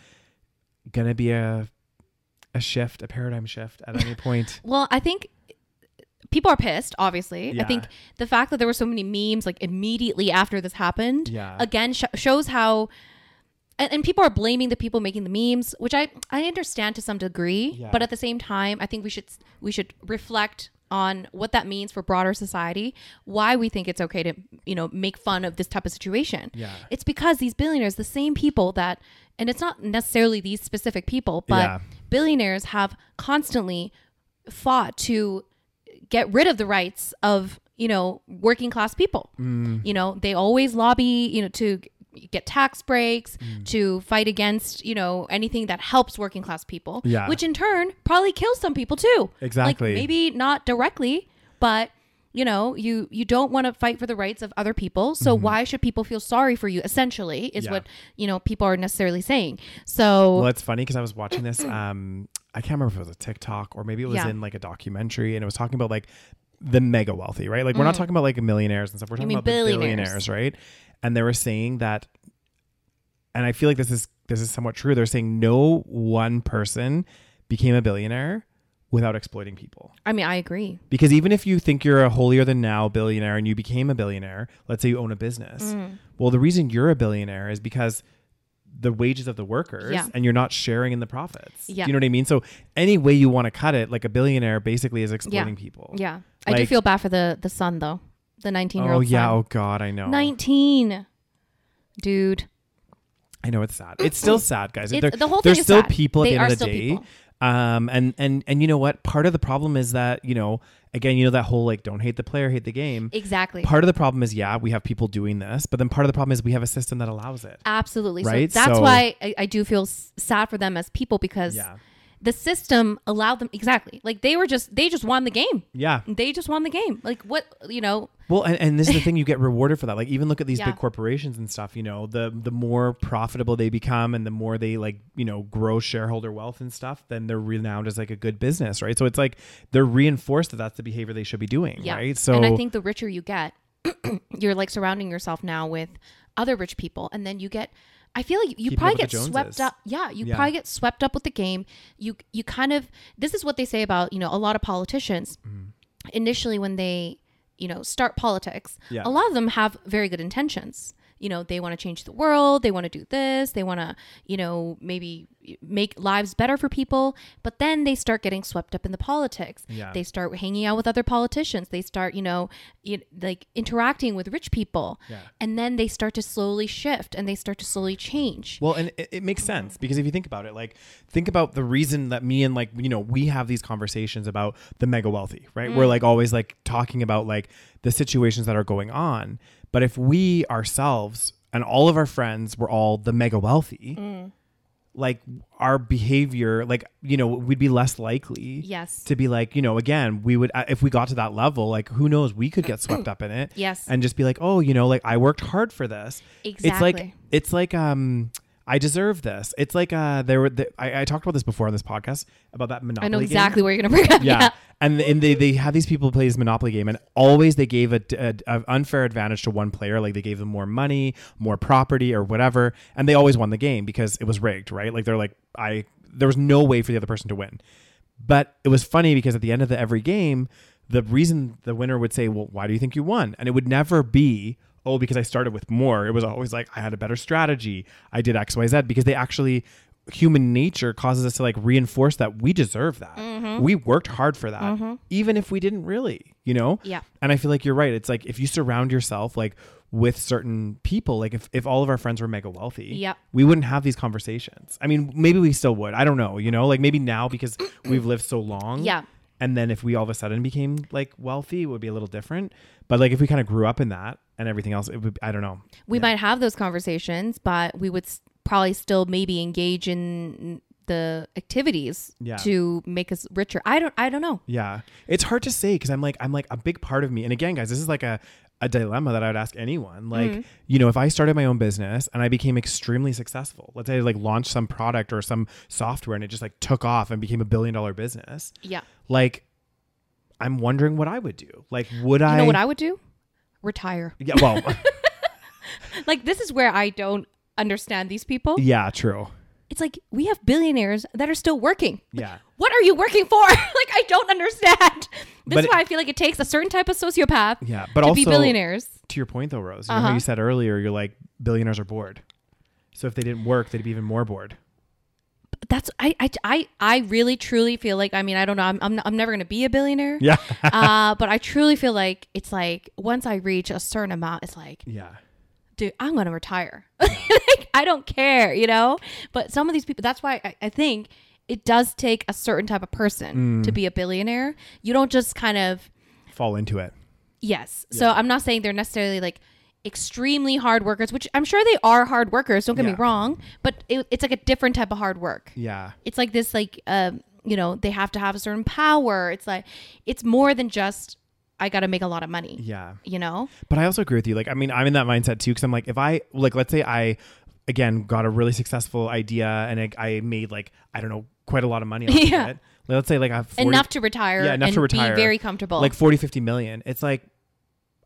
Speaker 2: gonna be a a shift, a paradigm shift at any point.
Speaker 1: Well, I think people are pissed, obviously. I
Speaker 2: Yeah.
Speaker 1: think the fact that there were so many memes like immediately after this happened,
Speaker 2: Yeah.
Speaker 1: again, sh- shows how. And, and people are blaming the people making the memes, which I, I understand to some degree,
Speaker 2: Yeah.
Speaker 1: but at the same time, I think we should we should reflect on what that means for broader society, why we think it's okay to, you know, make fun of this type of situation.
Speaker 2: Yeah.
Speaker 1: It's because these billionaires, the same people that and it's not necessarily these specific people, but
Speaker 2: Yeah.
Speaker 1: billionaires have constantly fought to get rid of the rights of you know working class people
Speaker 2: Mm.
Speaker 1: you know they always lobby you know to g- get tax breaks
Speaker 2: Mm.
Speaker 1: to fight against you know anything that helps working class people
Speaker 2: Yeah.
Speaker 1: which in turn probably kills some people too
Speaker 2: Exactly.
Speaker 1: like maybe not directly but you know you you don't want to fight for the rights of other people so why should people feel sorry for you essentially is
Speaker 2: Mm-hmm. Yeah.
Speaker 1: what you know people are necessarily saying so
Speaker 2: Well, it's funny because I was watching this. Um, I can't remember if it was a TikTok or maybe it was
Speaker 1: Yeah.
Speaker 2: in like a documentary, and it was talking about like the mega wealthy, right? Like we're not talking about like millionaires and stuff. We're talking
Speaker 1: Mm. mean
Speaker 2: about the
Speaker 1: billionaires.
Speaker 2: billionaires, right? And they were saying that, and I feel like this is this is somewhat true. They're saying no one person became a billionaire without exploiting people.
Speaker 1: i mean i agree
Speaker 2: Because even if you think you're a holier than now billionaire and you became a billionaire, let's say you own a business.
Speaker 1: Mm.
Speaker 2: Well, the reason you're a billionaire is because the wages of the workers
Speaker 1: Yeah.
Speaker 2: and you're not sharing in the profits.
Speaker 1: Yeah.
Speaker 2: Do you know what I mean? So any way you want to cut it, like a billionaire basically is exploiting people.
Speaker 1: Yeah. I do
Speaker 2: Like-
Speaker 1: feel bad for the the son though. The 19 year
Speaker 2: Oh
Speaker 1: old
Speaker 2: yeah,
Speaker 1: son.
Speaker 2: oh god, I know.
Speaker 1: 19. Dude.
Speaker 2: I know it's sad. It's still sad, guys.
Speaker 1: It's-
Speaker 2: There-
Speaker 1: the whole
Speaker 2: there's
Speaker 1: thing is
Speaker 2: still
Speaker 1: sad.
Speaker 2: people at
Speaker 1: They
Speaker 2: the end
Speaker 1: are
Speaker 2: of the
Speaker 1: still
Speaker 2: day.
Speaker 1: people.
Speaker 2: Um and and and you know what? Part of the problem is that, you know, again, you know that whole like don't hate the player, hate the game.
Speaker 1: Exactly.
Speaker 2: part of the problem is yeah we have people doing this but then part of the problem is we have a system that allows it
Speaker 1: Absolutely.
Speaker 2: Right?
Speaker 1: So that's
Speaker 2: So-
Speaker 1: why I, I do feel s- sad for them as people because
Speaker 2: Yeah.
Speaker 1: the system allowed them exactly. Like they were just they just won the game.
Speaker 2: yeah
Speaker 1: They just won the game. Like what you know,
Speaker 2: well and, and this is the thing you get rewarded for that like even look at these
Speaker 1: Yeah.
Speaker 2: big corporations and stuff you know the the more profitable they become and the more they like you know grow shareholder wealth and stuff then they're renowned as like a good business right so it's like they're reinforced that that's the behavior they should be doing
Speaker 1: yeah.
Speaker 2: right so
Speaker 1: and I think the richer you get, you're like surrounding yourself now with other rich people, and then you get. I feel like you
Speaker 2: Keeping
Speaker 1: probably
Speaker 2: up with
Speaker 1: get
Speaker 2: the
Speaker 1: swept
Speaker 2: Joneses.
Speaker 1: up. Yeah, you
Speaker 2: Yeah.
Speaker 1: probably get swept up with the game. You you kind of this is what they say about you know a lot of politicians. Initially, when they you know start politics,
Speaker 2: Mm-hmm. Yeah.
Speaker 1: a lot of them have very good intentions. You know, they want to change the world. They want to do this. They want to, you know, maybe make lives better for people. But then they start getting swept up in the politics.
Speaker 2: Yeah.
Speaker 1: They start hanging out with other politicians. They start, you know, you, like interacting with rich people.
Speaker 2: Yeah.
Speaker 1: And then they start to slowly shift and they start to slowly change.
Speaker 2: Well, and it, it makes sense because if you think about it, like think about the reason that me and like you know we have these conversations about the mega wealthy, right?
Speaker 1: Mm.
Speaker 2: We're like always like talking about like the situations that are going on, but if we ourselves and all of our friends were all the mega wealthy,
Speaker 1: Mm.
Speaker 2: like our behavior, like you know, we'd be less likely,
Speaker 1: Yes.
Speaker 2: to be like you know again we would uh, if we got to that level like who knows we could get swept up in it
Speaker 1: Yes.
Speaker 2: and just be like oh you know like i worked hard for this it's like
Speaker 1: Exactly.
Speaker 2: it's like um i deserve this it's like uh there were the, I, I talked about this before on this podcast about that monopoly
Speaker 1: I know
Speaker 2: game.
Speaker 1: exactly where you're going to bring up.
Speaker 2: yeah. And, and they, they had these people play this Monopoly game, and always they gave a, a, a unfair advantage to one player. Like they gave them more money, more property, or whatever. And they always won the game because it was rigged, right? Like they're like, I there was no way for the other person to win. But it was funny because at the end of the, every game, the reason the winner would say, "Well, why do you think you won?" and it would never be, "Oh, because I started with more." It was always like, "I had a better strategy. I did X, Y, Z," because they actually human nature causes us to like reinforce that we deserve that.
Speaker 1: Mm-hmm.
Speaker 2: We worked hard for that, even if we didn't really, you know?
Speaker 1: Yeah.
Speaker 2: And I feel like you're right. It's like if you surround yourself like with certain people, like if, if all of our friends were mega wealthy,
Speaker 1: Yep.
Speaker 2: we wouldn't have these conversations. I mean, maybe we still would. I don't know, you know, like maybe now because we've lived so long.
Speaker 1: Yeah.
Speaker 2: And then if we all of a sudden became like wealthy, it would be a little different. But like if we kind of grew up in that and everything else, it would, I don't know.
Speaker 1: we might have those conversations, but we would s- probably still maybe engage in the activities
Speaker 2: Yeah.
Speaker 1: to make us richer. I don't. I don't know.
Speaker 2: Yeah. It's hard to say because I'm like, I'm like a big part of me. And again, guys, this is like a, a dilemma that I would ask anyone. Like, you know, if I started my own business and I became extremely successful, let's say I like launched some product or some software and it just like took off and became a billion dollar business,
Speaker 1: Yeah.
Speaker 2: like, I'm wondering what I would do. Like, would
Speaker 1: You
Speaker 2: I?
Speaker 1: know what I would do? Retire.
Speaker 2: yeah. Well,
Speaker 1: Like this is where I don't understand these people.
Speaker 2: yeah, true.
Speaker 1: It's like we have billionaires that are still working. Like,
Speaker 2: Yeah.
Speaker 1: What are you working for? like I don't understand. This
Speaker 2: But
Speaker 1: is why I feel like it takes a certain type of sociopath
Speaker 2: Yeah. But
Speaker 1: to
Speaker 2: also,
Speaker 1: be billionaires.
Speaker 2: to your point though, Rose, you know how
Speaker 1: Uh-huh.
Speaker 2: you said earlier, you're like, billionaires are bored. So if they didn't work, they'd be even more bored.
Speaker 1: That's I I I, I really truly feel like I mean I don't know I'm I'm, I'm never gonna be a billionaire.
Speaker 2: Yeah.
Speaker 1: uh, but I truly feel like it's like once I reach a certain amount, it's like,
Speaker 2: yeah.
Speaker 1: dude, I'm gonna retire. like, I don't care, you know. But some of these people, that's why I, I think it does take a certain type of
Speaker 2: Mm.
Speaker 1: person to be a billionaire. You don't just kind of
Speaker 2: Fall into it.
Speaker 1: yes. So I'm not saying they're necessarily like extremely hard workers, which I'm sure they are hard workers. Don't get me
Speaker 2: Yeah.
Speaker 1: wrong, but it, it's like a different type of hard work
Speaker 2: Yeah.
Speaker 1: it's like this like um you know they have to have a certain power it's like it's more than just i gotta make a lot of money
Speaker 2: Yeah.
Speaker 1: you know
Speaker 2: But I also agree with you. Like, I mean, I'm in that mindset too. Cause I'm like, if I, like, let's say I, again, got a really successful idea and I, I made like, I don't know, quite a lot of money off
Speaker 1: Yeah.
Speaker 2: of it. Like, let's say like I have 40,
Speaker 1: enough to retire
Speaker 2: Yeah, enough
Speaker 1: and
Speaker 2: to retire.
Speaker 1: be very comfortable
Speaker 2: like 40, 50 million. It's like,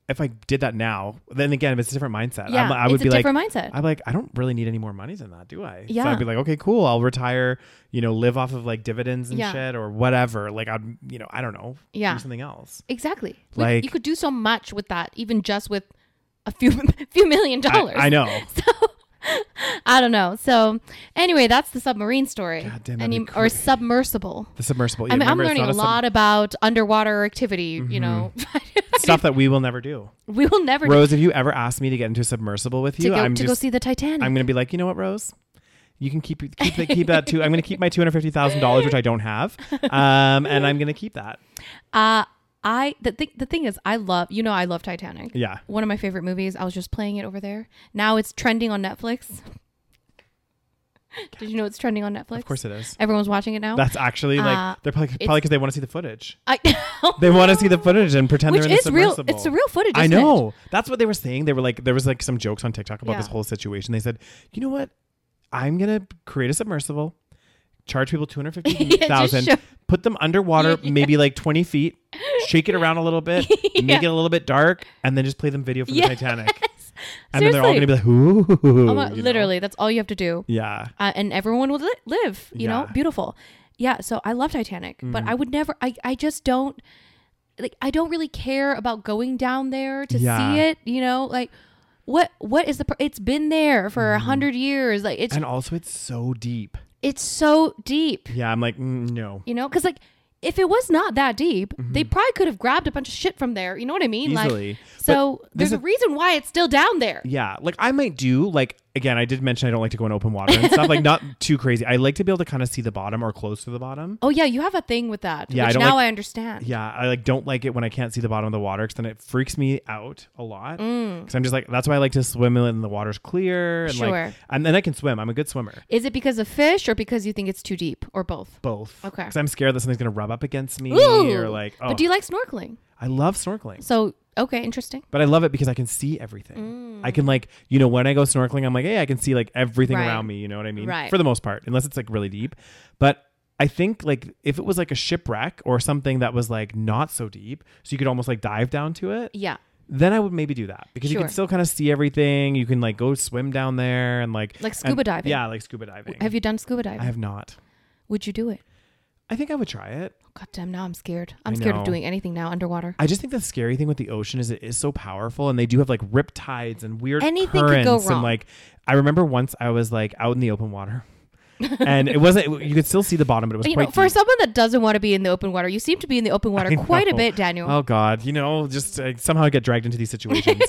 Speaker 2: if I did that now, then again, it's a different mindset.
Speaker 1: yeah
Speaker 2: I'm, I would
Speaker 1: it's
Speaker 2: be
Speaker 1: a
Speaker 2: like,
Speaker 1: different mindset
Speaker 2: I'm like, I don't really need any more money than that, do I? So
Speaker 1: Yeah.
Speaker 2: I'd be like, okay, cool. I'll retire, you know, live off of like dividends and
Speaker 1: Yeah.
Speaker 2: shit or whatever. Like, I'd, you know, I don't know.
Speaker 1: Yeah.
Speaker 2: Do something else.
Speaker 1: exactly like
Speaker 2: Like-
Speaker 1: you could do so much with that even just with a few few million
Speaker 2: I,
Speaker 1: dollars
Speaker 2: I know.
Speaker 1: i don't know so anyway that's the submarine story
Speaker 2: God damn, that'd
Speaker 1: Any-
Speaker 2: be
Speaker 1: or submersible
Speaker 2: The submersible.
Speaker 1: I
Speaker 2: Yeah,
Speaker 1: mean, I'm
Speaker 2: remember, it's
Speaker 1: learning
Speaker 2: not
Speaker 1: a
Speaker 2: sub- Mm-hmm.
Speaker 1: lot about underwater activity, you know.
Speaker 2: stuff that we will never do.
Speaker 1: we will never
Speaker 2: Rose, if you ever ask me to get into a submersible with
Speaker 1: to,
Speaker 2: you,
Speaker 1: go,
Speaker 2: I'm
Speaker 1: to
Speaker 2: just
Speaker 1: go see the Titanic.
Speaker 2: I'm gonna be like, you know what, Rose? You can keep keep that keep that too. I'm gonna keep my two hundred fifty thousand dollars, which I don't have, um, and I'm gonna keep that.
Speaker 1: Uh I the thing the thing is I love you know I love Titanic.
Speaker 2: Yeah,
Speaker 1: One of my favorite movies. I was just playing it over there. Now it's trending on Netflix. Did you know it's trending on Netflix?
Speaker 2: of course it is.
Speaker 1: Everyone's watching it now.
Speaker 2: That's actually like
Speaker 1: Uh,
Speaker 2: they're probably probably because they want to see the footage.
Speaker 1: I
Speaker 2: They want to see the footage and pretend
Speaker 1: Which
Speaker 2: they're in the
Speaker 1: is real.
Speaker 2: submersible.
Speaker 1: It's the real footage.
Speaker 2: I
Speaker 1: isn't it?
Speaker 2: know. That's what they were saying. They were like, there was like some jokes on TikTok about
Speaker 1: Yeah.
Speaker 2: this whole situation. They said, you know what? I'm gonna create a submersible, charge people two hundred fifty thousand,
Speaker 1: Yeah, just
Speaker 2: put them underwater,
Speaker 1: Yeah.
Speaker 2: maybe like twenty feet, shake it around a little bit, make it a little bit dark, and then just play them video from
Speaker 1: Yes.
Speaker 2: the Titanic. And then they're all gonna be like, ooh,
Speaker 1: Oh my-
Speaker 2: you know?
Speaker 1: literally, that's all you have to do,
Speaker 2: Yeah,
Speaker 1: uh, and everyone will li- live. You know,
Speaker 2: Yeah. Mm-hmm.
Speaker 1: beautiful. Yeah. So I love Titanic, but I would never. I I just don't like. I don't really care about going down there to
Speaker 2: Yeah.
Speaker 1: see it. You know, like what what is the? Pr- it's been there for a hundred years. Like it's
Speaker 2: Mm-hmm. and also it's so deep.
Speaker 1: it's so deep.
Speaker 2: Yeah, I'm like, mm, no,
Speaker 1: You know, because like if it was not that deep, they probably could have grabbed a bunch of shit from there. You know what I mean?
Speaker 2: Mm-hmm. Easily.
Speaker 1: Like so.
Speaker 2: But
Speaker 1: There's
Speaker 2: there's
Speaker 1: a,
Speaker 2: a-
Speaker 1: reason why it's still down there.
Speaker 2: Yeah, like I might do like again. I did mention I don't like to go in open water and stuff. Like not too crazy. I like to be able to kind of see the bottom or close to the bottom.
Speaker 1: Oh yeah, you have a thing with that.
Speaker 2: Yeah, I
Speaker 1: which
Speaker 2: don't
Speaker 1: now
Speaker 2: like-
Speaker 1: I understand.
Speaker 2: Yeah, I like don't like it when I can't see the bottom of the water because then it freaks me out a lot.
Speaker 1: Mm.
Speaker 2: Because I'm just like that's why I like to swim when the water's clear and
Speaker 1: Sure.
Speaker 2: like and then I can swim. I'm a good swimmer.
Speaker 1: Is it because of fish or because you think it's too deep or both?
Speaker 2: Both.
Speaker 1: Okay.
Speaker 2: Because I'm scared that something's gonna rub up against me or like oh
Speaker 1: But do you like snorkeling?
Speaker 2: I love snorkeling.
Speaker 1: So okay, interesting.
Speaker 2: But I love it because I can see everything. I can like, you know, when I go snorkeling, I'm like, hey, I can see like everything
Speaker 1: Right.
Speaker 2: around me. You know what I mean?
Speaker 1: Right.
Speaker 2: For the most part, unless it's like really deep. But I think like if it was like a shipwreck or something that was like not so deep, so you could almost like dive down to it,
Speaker 1: Yeah.
Speaker 2: then I would maybe do that because you
Speaker 1: Sure.
Speaker 2: can still kind of see everything. You can like go swim down there and like
Speaker 1: Like
Speaker 2: and-
Speaker 1: scuba diving.
Speaker 2: Yeah, like scuba diving.
Speaker 1: Have you done scuba diving?
Speaker 2: I have not.
Speaker 1: Would you do it?
Speaker 2: I think I would try it.
Speaker 1: God damn, now I'm scared. I'm
Speaker 2: I
Speaker 1: scared of
Speaker 2: know.
Speaker 1: doing anything now underwater.
Speaker 2: I just think the scary thing with the ocean is it is so powerful, and they do have like rip tides and weird
Speaker 1: Anything could go
Speaker 2: currents
Speaker 1: wrong.
Speaker 2: And like, I remember once I was like out in the open water, and it wasn't. You could still see the bottom, but it was
Speaker 1: You
Speaker 2: quite
Speaker 1: know, for
Speaker 2: deep.
Speaker 1: someone that doesn't want to be in the open water, you seem to be in the open water
Speaker 2: I
Speaker 1: quite a
Speaker 2: know.
Speaker 1: bit, Daniel.
Speaker 2: Oh God, you know, just uh, somehow I get dragged into these situations.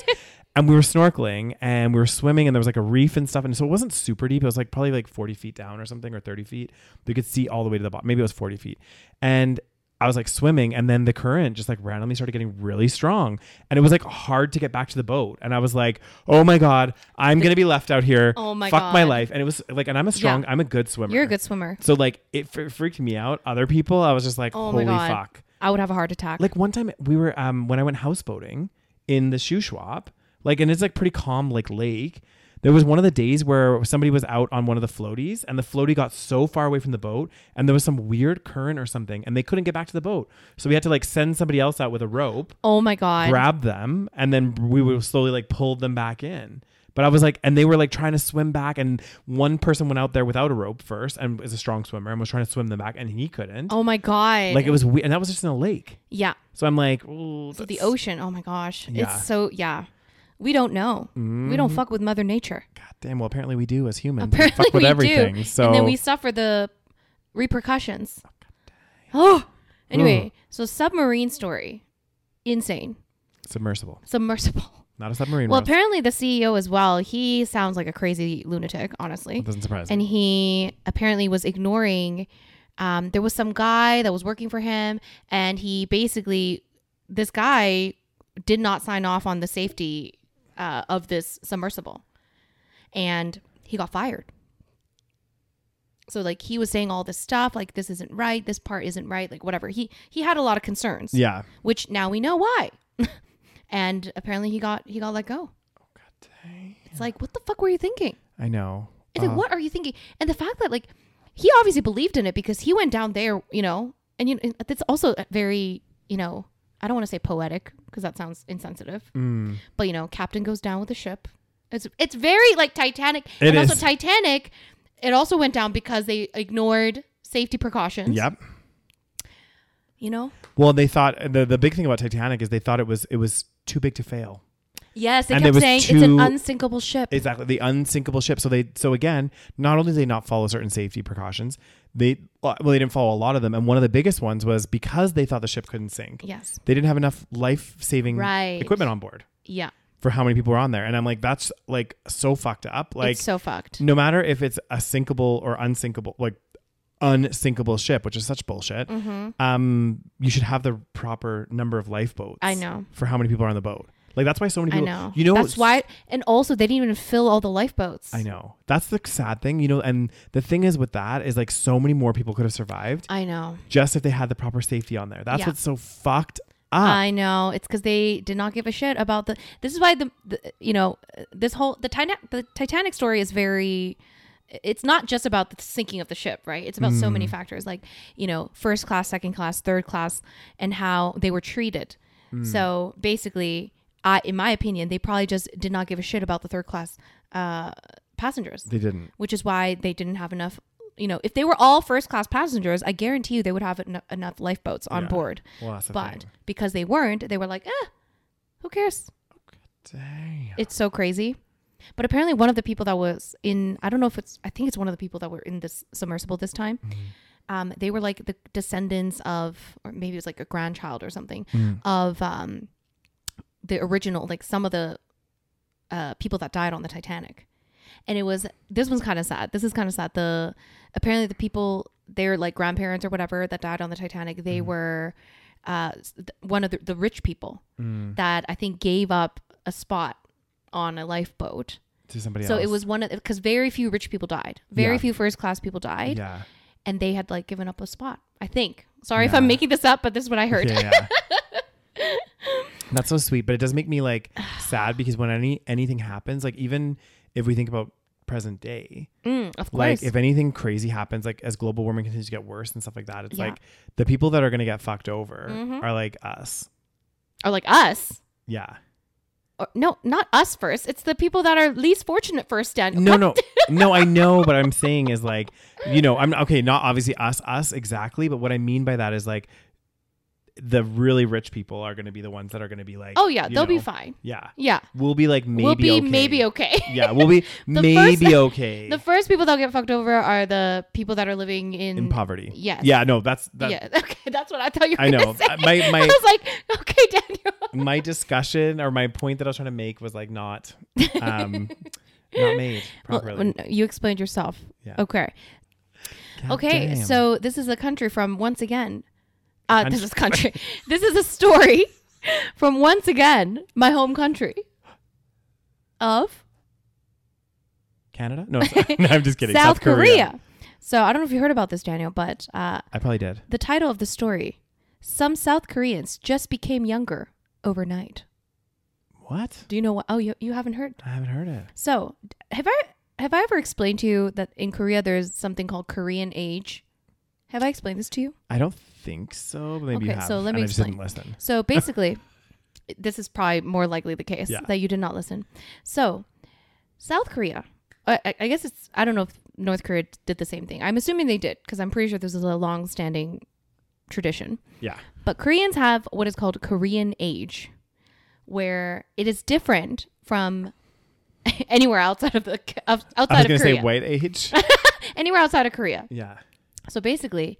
Speaker 2: and we were snorkeling and we were swimming and there was like a reef and stuff, and so it wasn't super deep. It was like probably like forty feet down or something, or thirty feet. But you could see all the way to the bottom. Maybe it was forty feet, and. I was like swimming, and then the current just like randomly started getting really strong, and it was like hard to get back to the boat. And I was like, "Oh my god, I'm gonna be left out here.
Speaker 1: Oh my
Speaker 2: fuck my
Speaker 1: God.
Speaker 2: life." And it was like, and I'm a strong, I'm a good swimmer.
Speaker 1: You're a good swimmer.
Speaker 2: So like, it fr- freaked me out. Other people, I was just like,
Speaker 1: Oh
Speaker 2: "Holy
Speaker 1: my god.
Speaker 2: fuck!"
Speaker 1: I would have a heart attack.
Speaker 2: Like one time we were um when I went houseboating in the shoe swap, like and it's like pretty calm like lake. There was one of the days where somebody was out on one of the floaties and the floaty got so far away from the boat and there was some weird current or something and they couldn't get back to the boat. So we had to like send somebody else out with a rope,
Speaker 1: oh my god.
Speaker 2: grab them, and then we would slowly like pull them back in. But I was like, and they were like trying to swim back, and one person went out there without a rope first and is a strong swimmer and was trying to swim them back, and he couldn't.
Speaker 1: oh my god.
Speaker 2: Like it was, we- and that was just in a lake.
Speaker 1: yeah.
Speaker 2: So I'm like, ooh,
Speaker 1: So the
Speaker 2: that's-
Speaker 1: ocean. Oh my gosh.
Speaker 2: Yeah. Mm-hmm.
Speaker 1: It's so yeah. We don't know. We don't fuck with Mother Nature.
Speaker 2: God damn. Mm, Well, apparently we do as humans. We
Speaker 1: Apparently
Speaker 2: fuck with
Speaker 1: we
Speaker 2: everything.
Speaker 1: do.
Speaker 2: So
Speaker 1: and then we suffer the repercussions. Oh. Anyway, so submarine story, insane,
Speaker 2: submersible,
Speaker 1: submersible.
Speaker 2: not a submarine.
Speaker 1: Well,
Speaker 2: Ross.
Speaker 1: apparently the CEO as well. He sounds like a crazy lunatic, honestly.
Speaker 2: That doesn't surprise
Speaker 1: and
Speaker 2: me.
Speaker 1: he apparently was ignoring um, there was some guy that was working for him and he basically this guy did not sign off on the safety uh, of this submersible and he got fired so like he was saying all this stuff like this isn't right this part isn't right like whatever he he had a lot of concerns
Speaker 2: Yeah.
Speaker 1: which now we know why and apparently he got he got let go
Speaker 2: God dang.
Speaker 1: it's like what the fuck were you thinking
Speaker 2: I know.
Speaker 1: it's
Speaker 2: Uh,
Speaker 1: like, what are you thinking? And the fact that like he obviously believed in it because he went down there, you know, and you know, that's also very, you know, I don't want to say poetic because that sounds insensitive,
Speaker 2: mm.
Speaker 1: but you know, captain goes down with the ship. It's it's very like Titanic,
Speaker 2: It
Speaker 1: and
Speaker 2: is.
Speaker 1: also Titanic. It also went down because they ignored safety precautions.
Speaker 2: Yep.
Speaker 1: You know.
Speaker 2: Well, they thought the the big thing about Titanic is they thought it was it was too big to fail.
Speaker 1: Yes, they
Speaker 2: And it
Speaker 1: kept
Speaker 2: was
Speaker 1: saying it's an
Speaker 2: too-
Speaker 1: unsinkable ship.
Speaker 2: Exactly, the unsinkable ship. So they so again, not only did they not follow certain safety precautions, they uh, well they didn't follow a lot of them, and one of the biggest ones was because they thought the ship couldn't sink,
Speaker 1: yes.
Speaker 2: they didn't have enough life saving
Speaker 1: Right.
Speaker 2: equipment on board.
Speaker 1: Yeah.
Speaker 2: for how many people were on there. And I'm like, that's like so fucked up. Like,
Speaker 1: it's so fucked.
Speaker 2: no matter if it's a sinkable or unsinkable, like unsinkable ship, which is such bullshit,
Speaker 1: Mm-hmm.
Speaker 2: um, you should have the proper number of lifeboats.
Speaker 1: I know.
Speaker 2: For how many people are on the boat. Like, that's why so many
Speaker 1: I
Speaker 2: people,
Speaker 1: know.
Speaker 2: you know,
Speaker 1: that's why. And also, they didn't even fill all the lifeboats.
Speaker 2: I know. That's the sad thing, you know. And the thing is with that is like so many more people could have survived
Speaker 1: I know.
Speaker 2: just if they had the proper safety on there. That's
Speaker 1: Yeah.
Speaker 2: what's so fucked up.
Speaker 1: I know it's because they did not give a shit about the. This is why the, the you know uh, this whole the Titanic the Titanic story is very. It's not just about the sinking of the ship, right? It's about so many factors, like you know, first class, second class, third class, and how they were treated. So basically, I, in my opinion, they probably just did not give a shit about the third class uh, passengers,
Speaker 2: they didn't.
Speaker 1: which is why they didn't have enough. You know, if they were all first class passengers, I guarantee you they would have en- enough lifeboats on
Speaker 2: Yeah.
Speaker 1: board
Speaker 2: Well, that's the
Speaker 1: but
Speaker 2: thing.
Speaker 1: because they weren't, they were like, eh, who cares?
Speaker 2: Damn.
Speaker 1: It's so crazy. But apparently, one of the people that was in, I don't know if it's, I think it's one of the people that were in this submersible this time. Um, they were like the descendants of, or maybe it was like a grandchild or something,
Speaker 2: Mm,
Speaker 1: of um, the original, like some of the uh, people that died on the Titanic. And it was, this one's kind of sad. This is kind of sad. The, apparently, the people, their like grandparents or whatever that died on the Titanic, they
Speaker 2: Mm-hmm.
Speaker 1: were uh, s- th- one of the, the rich people
Speaker 2: mm.
Speaker 1: that I think gave up a spot on a lifeboat.
Speaker 2: To somebody
Speaker 1: So
Speaker 2: else.
Speaker 1: it was one of because very few rich people died, very
Speaker 2: Yeah.
Speaker 1: few first class people died,
Speaker 2: Yeah.
Speaker 1: and they had like given up a spot. I think. Sorry if
Speaker 2: Yeah.
Speaker 1: I'm making this up, but this is what I heard.
Speaker 2: Yeah, yeah. That's so sweet, but it does make me like sad because when any anything happens, like even if we think about present day,
Speaker 1: Mm, of
Speaker 2: like
Speaker 1: course.
Speaker 2: if anything crazy happens, like as global warming continues to get worse and stuff like that, it's
Speaker 1: Yeah. Mm-hmm.
Speaker 2: like the people that are gonna get fucked over are like us.
Speaker 1: or like us.
Speaker 2: Yeah.
Speaker 1: Or, no, not us first. It's the people that are least fortunate first, Daniel.
Speaker 2: No, no, no. I know what I'm saying is like, you know, I'm okay. Not obviously us, us exactly, but what I mean by that is like, the really rich people are going to be the ones that are going to be like,
Speaker 1: Oh yeah,
Speaker 2: you
Speaker 1: they'll be
Speaker 2: know,
Speaker 1: fine.
Speaker 2: Yeah,
Speaker 1: Yeah.
Speaker 2: we'll be like maybe
Speaker 1: we'll be
Speaker 2: okay.
Speaker 1: maybe okay.
Speaker 2: yeah, we'll be
Speaker 1: The
Speaker 2: maybe
Speaker 1: first-
Speaker 2: okay
Speaker 1: the first people that'll get fucked over are the people that are living in,
Speaker 2: in poverty.
Speaker 1: Yes.
Speaker 2: yeah, no, that's that.
Speaker 1: yeah. Okay, that's what I thought you were
Speaker 2: I know.
Speaker 1: gonna say.
Speaker 2: Uh, my- my-
Speaker 1: I was like, okay, Daniel.
Speaker 2: My discussion or my point that I was trying to make was like not, um, not made
Speaker 1: Well,
Speaker 2: properly.
Speaker 1: when you explained yourself.
Speaker 2: Yeah.
Speaker 1: Okay.
Speaker 2: God
Speaker 1: okay.
Speaker 2: damn.
Speaker 1: So this is a country from once again. Uh,
Speaker 2: Country.
Speaker 1: this is country. this is a story from once again my home country. Of
Speaker 2: Canada? No, it's- no, I'm just kidding.
Speaker 1: South Korea. So I don't know if you heard about this, Daniel, but uh,
Speaker 2: I probably did.
Speaker 1: the title of the story: Some South Koreans just became younger overnight.
Speaker 2: What?
Speaker 1: Do you know what? Oh, you you haven't heard.
Speaker 2: I haven't heard it.
Speaker 1: So d- have I have I ever explained to you that in Korea there's something called Korean age? Have I explained this to you?
Speaker 2: I don't think so, but maybe you
Speaker 1: Okay,
Speaker 2: have.
Speaker 1: so let me
Speaker 2: and I just
Speaker 1: explain.
Speaker 2: didn't listen.
Speaker 1: So basically, this is probably more likely the case
Speaker 2: Yeah.
Speaker 1: that you did not listen. So, South Korea, I, I- I guess it's, I don't know if North Korea did the same thing. I'm assuming they did because I'm pretty sure this is a long standing tradition.
Speaker 2: Yeah.
Speaker 1: But Koreans have what is called Korean age, where it is different from anywhere outside of the of-
Speaker 2: I was
Speaker 1: outside
Speaker 2: going
Speaker 1: of
Speaker 2: to say
Speaker 1: Korea.
Speaker 2: white age.
Speaker 1: anywhere outside of Korea.
Speaker 2: yeah.
Speaker 1: So basically,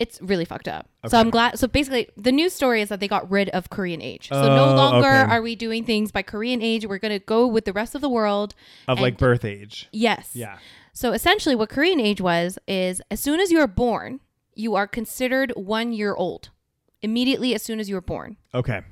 Speaker 1: it's really fucked up.
Speaker 2: Okay.
Speaker 1: So I'm glad. So basically, the news story is that they got rid of Korean age. So no
Speaker 2: Oh,
Speaker 1: longer
Speaker 2: okay.
Speaker 1: are we doing things by Korean age. We're going to go with the rest of the world.
Speaker 2: Of
Speaker 1: And-
Speaker 2: like birth age.
Speaker 1: Yes.
Speaker 2: Yeah.
Speaker 1: So essentially, what Korean age was is as soon as you are born, you are considered one year old immediately as soon as you were born.
Speaker 2: Okay.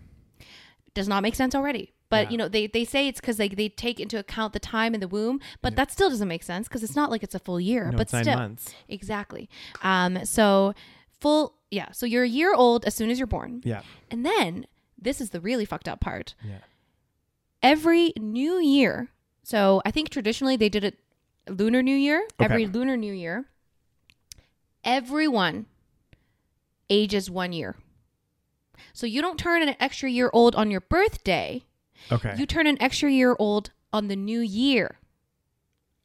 Speaker 1: Does not make sense already. But
Speaker 2: Yeah.
Speaker 1: you know they, they say it's because they, they take into account the time in the womb, but that still doesn't make sense because it's not like it's a full year.
Speaker 2: No,
Speaker 1: but
Speaker 2: it's nine
Speaker 1: still,
Speaker 2: months.
Speaker 1: Exactly. Um, so full yeah, so you're a year old as soon as you're born.
Speaker 2: Yeah.
Speaker 1: And then this is the really fucked up part.
Speaker 2: Yeah.
Speaker 1: Every new year, so I think traditionally they did it lunar new year,
Speaker 2: Okay.
Speaker 1: every lunar new year, everyone ages one year. So you don't turn an extra year old on your birthday,
Speaker 2: Okay.
Speaker 1: you turn an extra year old on the new year.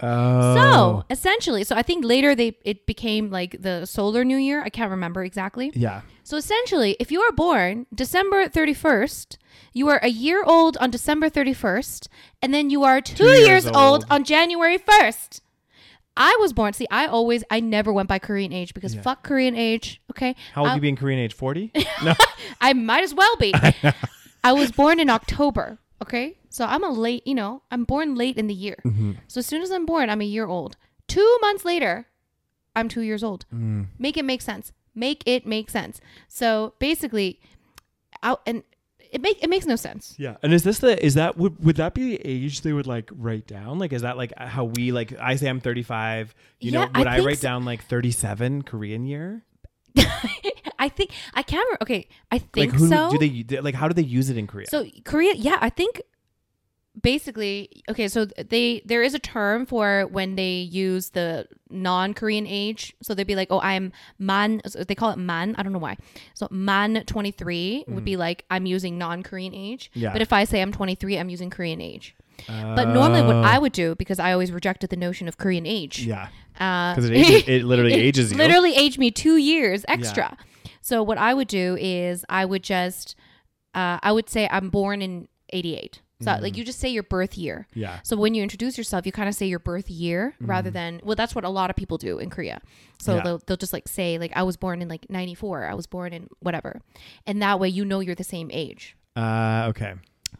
Speaker 2: oh.
Speaker 1: So essentially, so I think later they it became like the solar new year. I can't remember exactly.
Speaker 2: Yeah.
Speaker 1: So essentially, if you are born December 31st, you are a year old on December 31st, and then you are two, years,
Speaker 2: years
Speaker 1: old.
Speaker 2: old.
Speaker 1: on January 1st. I was born. See, I always, I never went by Korean age because
Speaker 2: Yeah.
Speaker 1: fuck Korean age. Okay,
Speaker 2: How old
Speaker 1: I,
Speaker 2: you be in Korean age? 40? No.
Speaker 1: I might as well be. I was born in October. Okay, so I'm a late. You know, I'm born late in the year.
Speaker 2: Mm-hmm.
Speaker 1: So as soon as I'm born, I'm a year old. Two months later, I'm two years old.
Speaker 2: Mm.
Speaker 1: Make it make sense. Make it make sense. So basically, out and it make it makes no sense.
Speaker 2: Yeah. And is this the, is that, would, would that be the age they would like write down? Like, is that like how we, like, I say I'm 35, you
Speaker 1: Yeah,
Speaker 2: know,
Speaker 1: I
Speaker 2: would I,
Speaker 1: think
Speaker 2: write
Speaker 1: so.
Speaker 2: down like 37 Korean year?
Speaker 1: I think I can't. re- Okay, I think
Speaker 2: like, who
Speaker 1: so.
Speaker 2: do they, like, how do they use it in Korea?
Speaker 1: So Korea, yeah, I think basically okay. So they there is a term for when they use the non-Korean age. So they'd be like, oh, I'm man. so They call it man. I don't know why. So man twenty three would be like I'm using non-Korean age.
Speaker 2: Mm-hmm. Yeah.
Speaker 1: But if I say I'm twenty three, I'm using Korean age. But normally, what
Speaker 2: Oh.
Speaker 1: I would do because I always rejected the notion of Korean age.
Speaker 2: Yeah.
Speaker 1: Uh,
Speaker 2: Because it, ages- it literally
Speaker 1: it
Speaker 2: ages you.
Speaker 1: Literally aged me two years extra. So what I would do is I would just, uh, I would say I'm born in '88. So
Speaker 2: Mm-hmm.
Speaker 1: like you just say your birth year.
Speaker 2: Yeah.
Speaker 1: So when you introduce yourself, you kind of say your birth year rather than well, that's what a lot of people do in Korea. So
Speaker 2: Mm-hmm. Yeah.
Speaker 1: they'll, they'll just like say like I was born in like '94. I was born in whatever, and that way you know you're the same age.
Speaker 2: Uh, okay.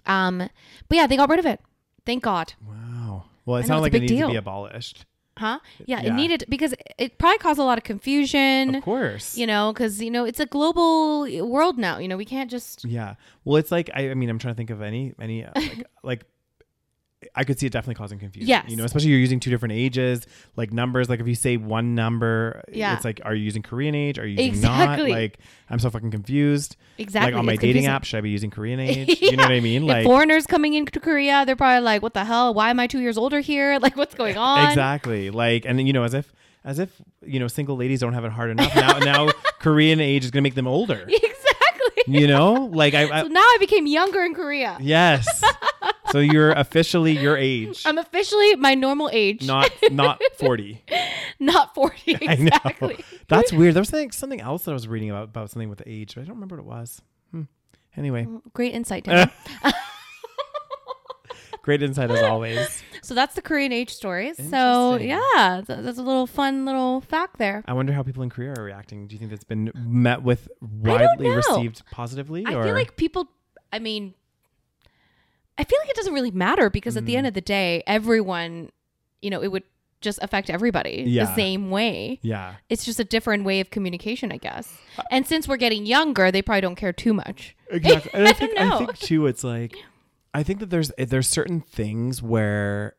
Speaker 1: Um, but yeah, they got rid of it. Thank God.
Speaker 2: Wow. Well,
Speaker 1: I
Speaker 2: it
Speaker 1: know,
Speaker 2: sounds like
Speaker 1: it's a
Speaker 2: it
Speaker 1: big
Speaker 2: needs to be
Speaker 1: deal.
Speaker 2: abolished.
Speaker 1: Huh? Yeah,
Speaker 2: Yeah.
Speaker 1: it needed because it, it probably caused a lot of confusion.
Speaker 2: Of course.
Speaker 1: you know because you know it's a global eh, world now you know we can't just
Speaker 2: Yeah. Well, it's like I, I mean, I'm trying to think of any any uh, like, like I could see it definitely causing confusion.
Speaker 1: Yes.
Speaker 2: You know, especially you're using two different ages, like numbers. Like if you say one number,
Speaker 1: Yeah.
Speaker 2: it's like, are you using Korean age? Are you using
Speaker 1: Exactly.
Speaker 2: not? Like I'm so fucking confused.
Speaker 1: exactly
Speaker 2: Like on my
Speaker 1: it's
Speaker 2: dating
Speaker 1: confusing.
Speaker 2: app, should I be using Korean age? You know what I mean?
Speaker 1: if
Speaker 2: Like
Speaker 1: foreigners coming into korea they're probably like what the hell why am i two years older here like what's going on
Speaker 2: exactly. Like and you know, as if as if you know, single ladies don't have it hard enough. Now now Korean age is gonna make them older.
Speaker 1: exactly
Speaker 2: You know, like I, I
Speaker 1: so now i became younger in korea
Speaker 2: Yes. so you're officially your age,
Speaker 1: i'm officially my normal age
Speaker 2: not not 40.
Speaker 1: not 40 exactly.
Speaker 2: I know. That's weird. There was something, something else that I was reading about, about something with age, but I don't remember what it was. Hmm. Anyway,
Speaker 1: Great insight, Daniel.
Speaker 2: great insight as always.
Speaker 1: so that's the Korean age stories. So
Speaker 2: Interesting.
Speaker 1: yeah, th- that's a little fun little fact there.
Speaker 2: I wonder how people in Korea are reacting. Do you think that's been met with widely
Speaker 1: know.
Speaker 2: received positively?
Speaker 1: I
Speaker 2: or
Speaker 1: feel like people. I mean, I feel like it doesn't really matter because at the end of the day, everyone, you know, it would just affect everybody
Speaker 2: Yeah.
Speaker 1: the same way.
Speaker 2: yeah,
Speaker 1: It's just a different way of communication, I guess. And since we're getting younger, they probably don't care too much.
Speaker 2: exactly. And
Speaker 1: I
Speaker 2: I,
Speaker 1: don't
Speaker 2: think,
Speaker 1: know.
Speaker 2: I think too, it's like I think that there's eh, there's certain things where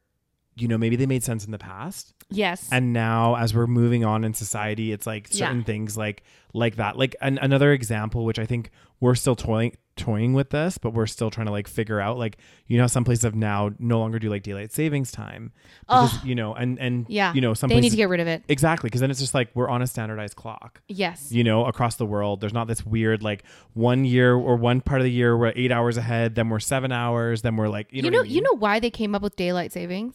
Speaker 2: you know maybe they made sense in the past,
Speaker 1: Yes.
Speaker 2: and now as we're moving on in society it's like certain
Speaker 1: Yeah.
Speaker 2: things like like that like an, another example which i think we're still toying toying with this but we're still trying to like figure out like you know some places have now no longer do like daylight savings time because, you know and and
Speaker 1: yeah.
Speaker 2: you know some
Speaker 1: they need
Speaker 2: places
Speaker 1: to get rid of it.
Speaker 2: exactly because then it's just like we're on a standardized clock
Speaker 1: Yes.
Speaker 2: you know, across the world. There's not this weird like one year or one part of the year we're eight hours ahead, then we're seven hours, then we're like you know
Speaker 1: You
Speaker 2: what
Speaker 1: know,
Speaker 2: I mean?
Speaker 1: you know why they came up with daylight savings?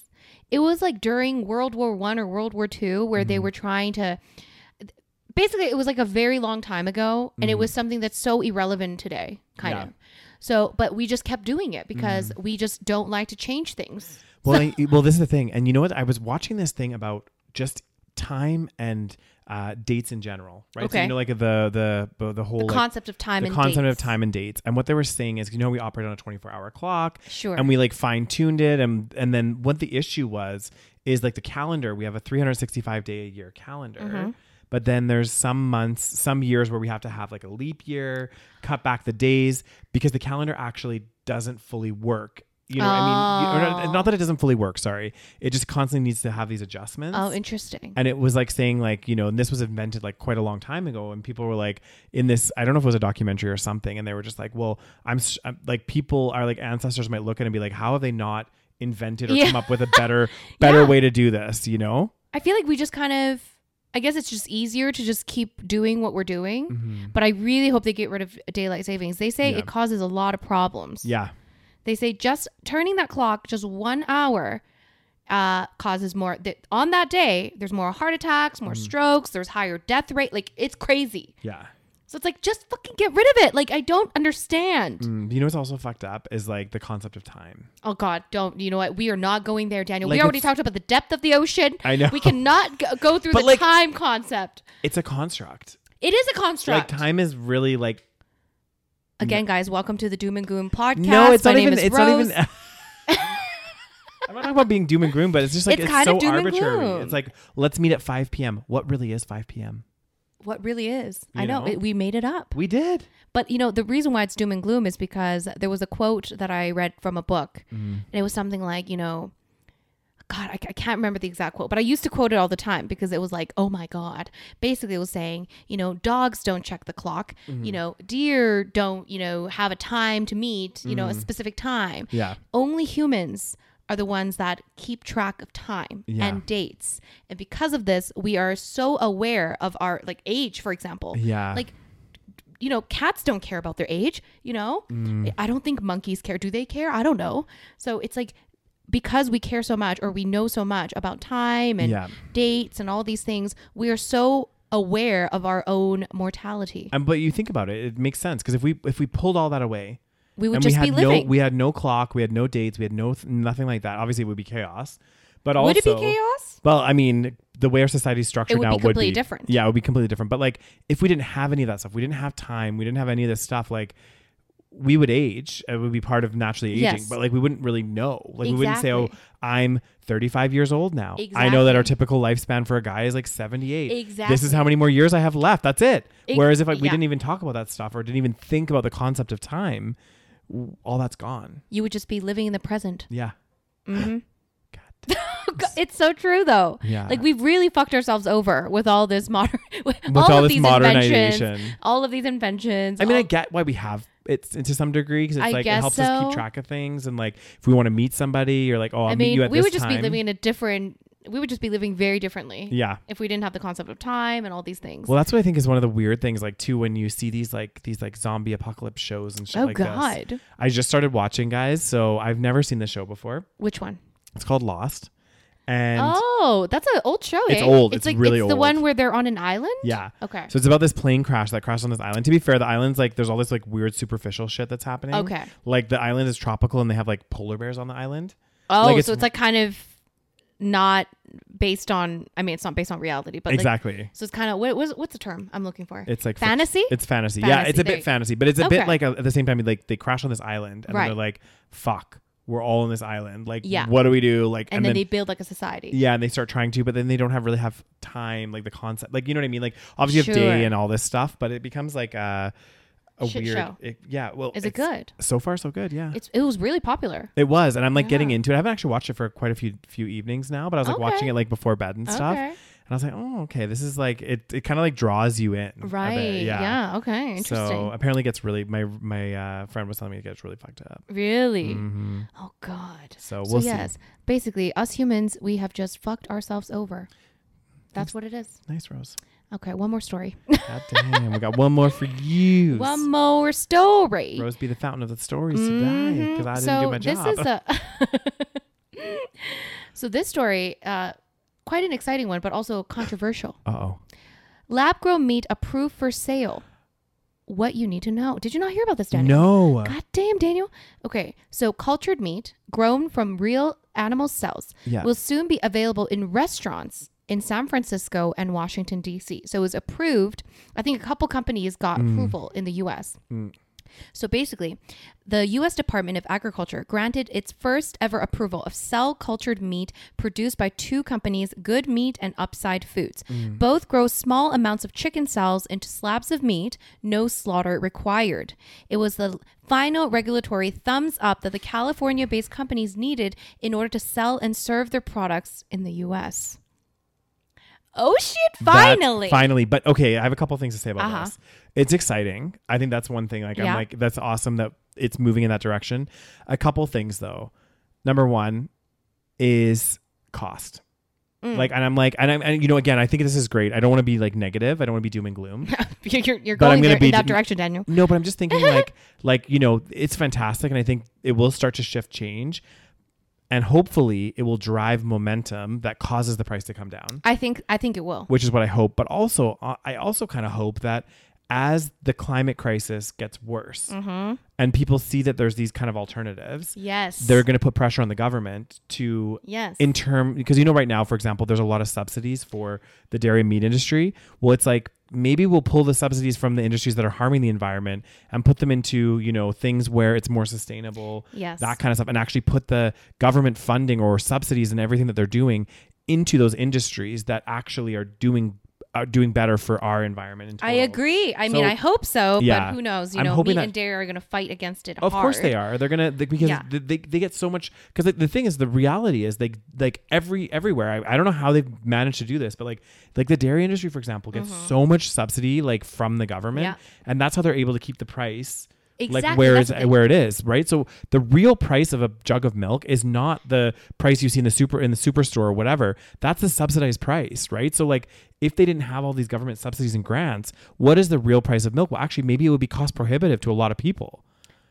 Speaker 1: It was like during World War One or World War Two, where
Speaker 2: Mm-hmm.
Speaker 1: they were trying to. Basically, it was like a very long time ago, and it was something that's so irrelevant today, kind
Speaker 2: Mm-hmm. Yeah. Mm-hmm.
Speaker 1: of. So, but we just kept doing it because we just don't like to change things.
Speaker 2: Well, I, well, this is the thing, and you know what? I was watching this thing about just time and uh, dates in general, right? So,
Speaker 1: Okay.
Speaker 2: you know, like the the the whole
Speaker 1: The
Speaker 2: like,
Speaker 1: concept of time
Speaker 2: the
Speaker 1: and
Speaker 2: concept
Speaker 1: dates.
Speaker 2: of time and dates, and what they were saying is, you know, we operate on a twenty four hour clock,
Speaker 1: Sure.
Speaker 2: and we like fine tuned it, and and then what the issue was is like the calendar. We have a three hundred sixty five day a year calendar.
Speaker 1: Mm-hmm.
Speaker 2: But then there's some months, some years where we have to have like a leap year, cut back the days because the calendar actually doesn't fully work. You know, what I mean, You- or not,
Speaker 1: Oh.
Speaker 2: not not that it doesn't fully work sorry it just constantly needs to have these adjustments
Speaker 1: Oh, interesting.
Speaker 2: and it was like saying like you know and this was invented like quite a long time ago and people were like in this i don't know if it was a documentary or something and they were just like well i'm, s am like people are like ancestors might look at it and be like how have they not invented or
Speaker 1: Yeah.
Speaker 2: come up with a better better
Speaker 1: Yeah.
Speaker 2: way to do this you know
Speaker 1: I feel like we just kind of. I guess it's just easier to just keep doing what we're doing. But I really hope they get rid of daylight savings. They say
Speaker 2: Mm-hmm. Yeah.
Speaker 1: it causes a lot of problems.
Speaker 2: yeah
Speaker 1: They say just turning that clock just one hour uh, causes more. That on that day, there's more heart attacks, more
Speaker 2: Mm.
Speaker 1: strokes. There's higher death rate. Like it's crazy.
Speaker 2: yeah
Speaker 1: So it's like just fucking get rid of it. Like I don't understand.
Speaker 2: Mm, you know what's also fucked up is like the concept of time
Speaker 1: Oh God, don't. You know what? We are not going there, Daniel.
Speaker 2: Like,
Speaker 1: we already
Speaker 2: it's-
Speaker 1: talked about the depth of the ocean.
Speaker 2: I know.
Speaker 1: We cannot go, go through
Speaker 2: But,
Speaker 1: the
Speaker 2: like-
Speaker 1: time concept.
Speaker 2: it's a construct
Speaker 1: It is a construct.
Speaker 2: like time is really like
Speaker 1: Again, guys, welcome to the Doom and Gloom podcast.
Speaker 2: no it's
Speaker 1: My
Speaker 2: not
Speaker 1: name
Speaker 2: even
Speaker 1: is
Speaker 2: it's
Speaker 1: Rose.
Speaker 2: not even I'm not talking about being doom and gloom, but it's just like
Speaker 1: It's
Speaker 2: it's,
Speaker 1: kind
Speaker 2: so
Speaker 1: of doom and
Speaker 2: arbitrary.
Speaker 1: gloom.
Speaker 2: It's like let's meet at 5 p.m. What really is 5 p.m.?
Speaker 1: What really is? I
Speaker 2: You
Speaker 1: know
Speaker 2: know?
Speaker 1: it, we made it up.
Speaker 2: We did.
Speaker 1: But you know, the reason why it's doom and gloom is because there was a quote that I read from a book,
Speaker 2: Mm-hmm.
Speaker 1: and it was something like, you know, God, I, I can't remember the exact quote, but I used to quote it all the time because it was like, oh my God. Basically, it was saying, you know, dogs don't check the clock,
Speaker 2: Mm-hmm.
Speaker 1: you know, deer don't, you know, have a time to meet, you know, a specific time.
Speaker 2: Mm-hmm. Yeah.
Speaker 1: Only humans are the ones that keep track of time
Speaker 2: Yeah.
Speaker 1: and dates. And because of this, we are so aware of our like age, for example.
Speaker 2: Yeah.
Speaker 1: Like you know, cats don't care about their age, you know?
Speaker 2: Mm.
Speaker 1: I don't think monkeys care. Do they care? I don't know. So it's like because we care so much or we know so much about time and
Speaker 2: Yeah.
Speaker 1: dates and all these things, we are so aware of our own mortality.
Speaker 2: And but you think about it, it makes sense because if we if we pulled all that away,
Speaker 1: We would
Speaker 2: and
Speaker 1: just
Speaker 2: we
Speaker 1: be
Speaker 2: had
Speaker 1: living.
Speaker 2: no we had no clock, we had no dates, we had no th- nothing like that. Obviously, it would be chaos. But also,
Speaker 1: would it be chaos?
Speaker 2: Well, I mean, the way our society's structured
Speaker 1: It would
Speaker 2: now
Speaker 1: be
Speaker 2: would
Speaker 1: completely
Speaker 2: be
Speaker 1: different.
Speaker 2: Yeah, it would be completely different. But like, if we didn't have any of that stuff, we didn't have time, we didn't have any of this stuff. Like, we would age. It would be part of naturally aging.
Speaker 1: Yes.
Speaker 2: But like, we wouldn't really know. Like, we wouldn't say, "Oh,
Speaker 1: Exactly.
Speaker 2: I'm 35 years old now." I know
Speaker 1: Exactly.
Speaker 2: that our typical lifespan for a guy is like 78. This
Speaker 1: Exactly.
Speaker 2: is how many more years I have left. That's it.
Speaker 1: Ex-
Speaker 2: Whereas if like we
Speaker 1: yeah.
Speaker 2: didn't even talk about that stuff or didn't even think about the concept of time, w- all that's gone.
Speaker 1: You would just be living in the present. Mm-hmm.
Speaker 2: Yeah.
Speaker 1: It's so true though.
Speaker 2: Yeah.
Speaker 1: Like we've really fucked ourselves over with all this modern with all,
Speaker 2: With all
Speaker 1: of
Speaker 2: this
Speaker 1: these inventions.
Speaker 2: modernization.
Speaker 1: All of these inventions.
Speaker 2: I mean,
Speaker 1: all-
Speaker 2: I get why we have it to some degree because it's
Speaker 1: I
Speaker 2: like it
Speaker 1: guess
Speaker 2: helps us
Speaker 1: so.
Speaker 2: keep track of things and like if we want to meet somebody, you're like, oh, I'll
Speaker 1: I
Speaker 2: meet
Speaker 1: mean,
Speaker 2: you at
Speaker 1: we
Speaker 2: this
Speaker 1: would just be
Speaker 2: time.
Speaker 1: living in a different. We would just be living very differently.
Speaker 2: yeah.
Speaker 1: If we didn't have the concept of time and all these things.
Speaker 2: Well, that's what I think is one of the weird things, like too, when you see these like these like zombie apocalypse shows and shit
Speaker 1: oh
Speaker 2: like this.
Speaker 1: God,
Speaker 2: I just started watching, guys, so I've never seen this show before.
Speaker 1: which one?
Speaker 2: It's called Lost, and
Speaker 1: oh, that's an old show.
Speaker 2: It's
Speaker 1: eh?
Speaker 2: old. It's
Speaker 1: like
Speaker 2: really
Speaker 1: it's the one
Speaker 2: old.
Speaker 1: where they're on an island.
Speaker 2: yeah.
Speaker 1: Okay.
Speaker 2: So it's about this plane crash that crashed on this island. To be fair, the island's like there's all this like weird superficial shit that's happening.
Speaker 1: Okay.
Speaker 2: Like the island is tropical and they have like polar bears on the island.
Speaker 1: oh,
Speaker 2: like, it's-
Speaker 1: so it's like kind of not based on. I mean, it's not based on reality, but like,
Speaker 2: exactly.
Speaker 1: So it's kind of what was what's the term I'm looking for?
Speaker 2: It's like
Speaker 1: fantasy.
Speaker 2: It's fantasy. yeah,
Speaker 1: Fantasy,
Speaker 2: it's a
Speaker 1: there
Speaker 2: bit
Speaker 1: you-
Speaker 2: fantasy, but it's a
Speaker 1: Okay.
Speaker 2: bit like a, at the same time like they crash on this island and then
Speaker 1: Right.
Speaker 2: they're like, "Fuck, we're all on this island. Like,
Speaker 1: Yeah.
Speaker 2: what do we do?" Like,
Speaker 1: and, then, they build like a society.
Speaker 2: yeah, and they start trying to, but then they don't have really have time, like the concept, like you know what I mean. Like obviously you have
Speaker 1: Sure.
Speaker 2: day and all this stuff, but it becomes like a a
Speaker 1: Shit
Speaker 2: weird.
Speaker 1: show.
Speaker 2: it- yeah, well,
Speaker 1: Is it
Speaker 2: it's-
Speaker 1: good?
Speaker 2: So far, so good. Yeah,
Speaker 1: It's it was really popular.
Speaker 2: it was, and I'm like getting
Speaker 1: Yeah.
Speaker 2: into it. I haven't actually watched it for quite a few few evenings now, but I was like
Speaker 1: Okay.
Speaker 2: watching it like before bed and stuff,
Speaker 1: Okay.
Speaker 2: and I was like, oh, okay, this is like it. It kind of like draws you in, a bit.
Speaker 1: Right. Yeah. Okay. Interesting.
Speaker 2: So uh, apparently, it gets really my my uh, friend was telling me it gets really fucked up.
Speaker 1: really.
Speaker 2: hmm
Speaker 1: Oh God.
Speaker 2: So we'll see.
Speaker 1: yes, basically, us humans, we have just fucked ourselves over. That's what it is.
Speaker 2: Nice rose.
Speaker 1: Okay, one more story.
Speaker 2: God damn, we got one more for you.
Speaker 1: one more story. Mm-hmm.
Speaker 2: Rose be the fountain of the stories today because I didn't
Speaker 1: so
Speaker 2: do my
Speaker 1: this
Speaker 2: job.
Speaker 1: is a. so this story, uh, quite an exciting one, but also controversial.
Speaker 2: oh,
Speaker 1: Lab grown meat approved for sale. What you need to know. Did you not hear about this, Daniel?
Speaker 2: no,
Speaker 1: God damn, Daniel. Okay, so cultured meat grown from real animal cells
Speaker 2: Yeah.
Speaker 1: will soon be available in restaurants in San Francisco and Washington, D.C. So it was approved. I think a couple companies got approval in the U.S. So basically, the U.S. Department of Agriculture granted its first ever approval of cell cultured meat produced by two companies, Good Meat and Upside Foods.
Speaker 2: Mm.
Speaker 1: Both grow small amounts of chicken cells into slabs of meat, no slaughter required. It was the final regulatory thumbs up that the California based companies needed in order to sell and serve their products in the U.S. Oh shit,
Speaker 2: That-
Speaker 1: finally!
Speaker 2: finally. But okay, I have a couple things to say about
Speaker 1: Uh-huh.
Speaker 2: this. It's exciting. I think that's one thing. Like
Speaker 1: Yeah.
Speaker 2: I'm like that's awesome that it's moving in that direction. A couple things though. Number one is cost.
Speaker 1: Mm.
Speaker 2: Like and I'm like and I'm and you know again I think this is great. I don't want to be like negative. I don't want to be doom and gloom.
Speaker 1: you're, you're- you're
Speaker 2: But I'm
Speaker 1: going
Speaker 2: gonna
Speaker 1: there
Speaker 2: be-
Speaker 1: in that direction, Daniel.
Speaker 2: No, but I'm just thinking like like you know it's fantastic, and I think it will start to shift change, and hopefully it will drive momentum that causes the price to come down,
Speaker 1: I think I think it will.
Speaker 2: which is what I hope. But also uh, I also kind of hope that as the climate crisis gets worse,
Speaker 1: Mm. Mm-hmm.
Speaker 2: and people see that there's these kind of alternatives,
Speaker 1: Yes.
Speaker 2: they're going to put pressure on the government to
Speaker 1: Yes.
Speaker 2: in term because you know right now for example there's a lot of subsidies for the dairy and meat industry well it's like maybe we'll pull the subsidies from the industries that are harming the environment and put them into you know things where it's more sustainable
Speaker 1: Yes.
Speaker 2: that kind of stuff and actually put the government funding or subsidies and everything that they're doing into those industries that actually are doing are doing better for our environment in
Speaker 1: I
Speaker 2: total.
Speaker 1: agree. I
Speaker 2: So-
Speaker 1: mean, I hope so,
Speaker 2: Yeah.
Speaker 1: but who knows? You
Speaker 2: I'm
Speaker 1: know, meat
Speaker 2: hoping that-
Speaker 1: and dairy are going to fight against it.
Speaker 2: Of course they
Speaker 1: hard.
Speaker 2: are. They're gonna they, because
Speaker 1: Yeah.
Speaker 2: they, they, they get so much because the thing is the reality is like like every everywhere I, I don't know how they've managed to do this but like like the dairy industry for example gets so much subsidy like from the government
Speaker 1: Mm-hmm. Yeah.
Speaker 2: and that's how they're able to keep the price like
Speaker 1: Exactly,
Speaker 2: where
Speaker 1: that's
Speaker 2: it's
Speaker 1: the thing.
Speaker 2: where it is right so the real price of a jug of milk is not the price you see in the super in the superstore or whatever that's the subsidized price right so like if they didn't have all these government subsidies and grants what is the real price of milk well actually maybe it would be cost prohibitive to a lot of people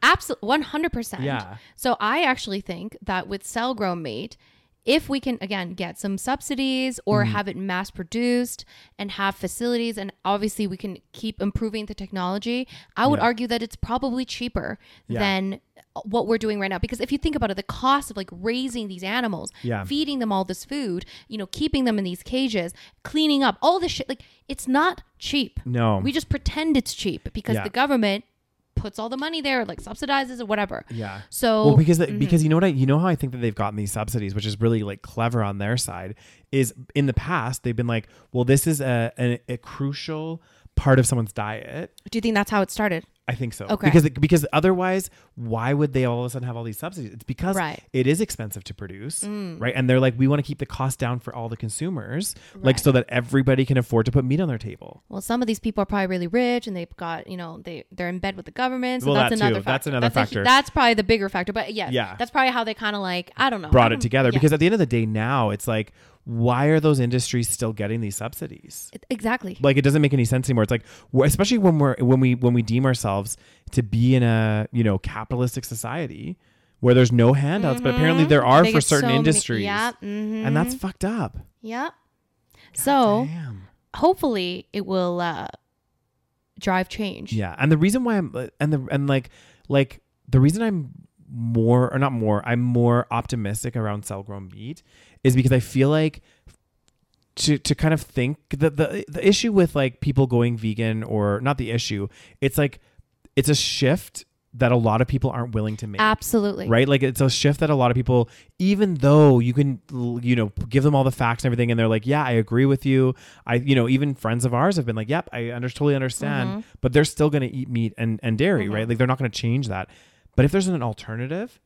Speaker 1: Absolutely, one hundred percent.
Speaker 2: Yeah.
Speaker 1: So I actually think that with cell grown meat, if we can again get some subsidies
Speaker 2: Mm.
Speaker 1: or have it mass produced and have facilities, and obviously we can keep improving the technology, I would argue that it's probably cheaper
Speaker 2: Yeah.
Speaker 1: than uh, what we're doing right now because if you think about it the cost of like raising these animals
Speaker 2: Yeah.
Speaker 1: feeding them all this food you know keeping them in these cages cleaning up all this shit like it's not cheap
Speaker 2: No.
Speaker 1: we just pretend it's cheap because
Speaker 2: Yeah.
Speaker 1: the government puts all the money there, like subsidizes or whatever.
Speaker 2: Yeah.
Speaker 1: So
Speaker 2: Well, because the, because you know what I you know how I think that they've gotten these subsidies, which is really like clever on their side, is in the past they've been like, well, this is a a, a crucial part of someone's diet.
Speaker 1: do you think that's how it started?
Speaker 2: I think so.
Speaker 1: Okay.
Speaker 2: Because because otherwise, why would they all of a sudden have all these subsidies? It's because
Speaker 1: Right. Mm.
Speaker 2: it is expensive to produce, right? And they're like, we want to keep the cost down for all the consumers, like
Speaker 1: Right.
Speaker 2: so that everybody can afford to put meat on their table.
Speaker 1: Well, some of these people are probably really rich, and they've got you know they they're in bed with the government. So
Speaker 2: Well,
Speaker 1: that's,
Speaker 2: that too.
Speaker 1: another
Speaker 2: That's
Speaker 1: factor.
Speaker 2: another
Speaker 1: a hu-
Speaker 2: factor.
Speaker 1: that's probably the bigger factor. But yeah,
Speaker 2: Yeah.
Speaker 1: that's probably how they kind of like I don't know
Speaker 2: Brought
Speaker 1: I
Speaker 2: it
Speaker 1: don't-
Speaker 2: together
Speaker 1: yeah.
Speaker 2: because at the end of the day, now it's like, why are those industries still getting these subsidies?
Speaker 1: It- exactly.
Speaker 2: like it doesn't make any sense anymore it's like we're- especially when we're when we when we deem ourselves to be in a you know capitalistic society where there's no handouts, but apparently there are
Speaker 1: Mm-hmm. They
Speaker 2: for
Speaker 1: get
Speaker 2: certain
Speaker 1: so many-
Speaker 2: industries.
Speaker 1: yeah. mhm,
Speaker 2: And that's fucked up.
Speaker 1: yeah. So
Speaker 2: Damn.
Speaker 1: hopefully it will uh, drive change.
Speaker 2: Yeah, and the reason why I'm and the and like like the reason I'm more or not more I'm more optimistic around cell grown meat is because I feel like to to kind of think that the the issue with like people going vegan or not the issue it's like it's a shift that a lot of people aren't willing to make
Speaker 1: Absolutely.
Speaker 2: right like it's a shift that a lot of people even though you can l- you know give them all the facts and everything and they're like yeah i agree with you i you know even friends of ours have been like yep i under- totally understand
Speaker 1: Mm-hmm.
Speaker 2: but they're still going to eat meat and and dairy right like they're not going to change that but if there's an alternative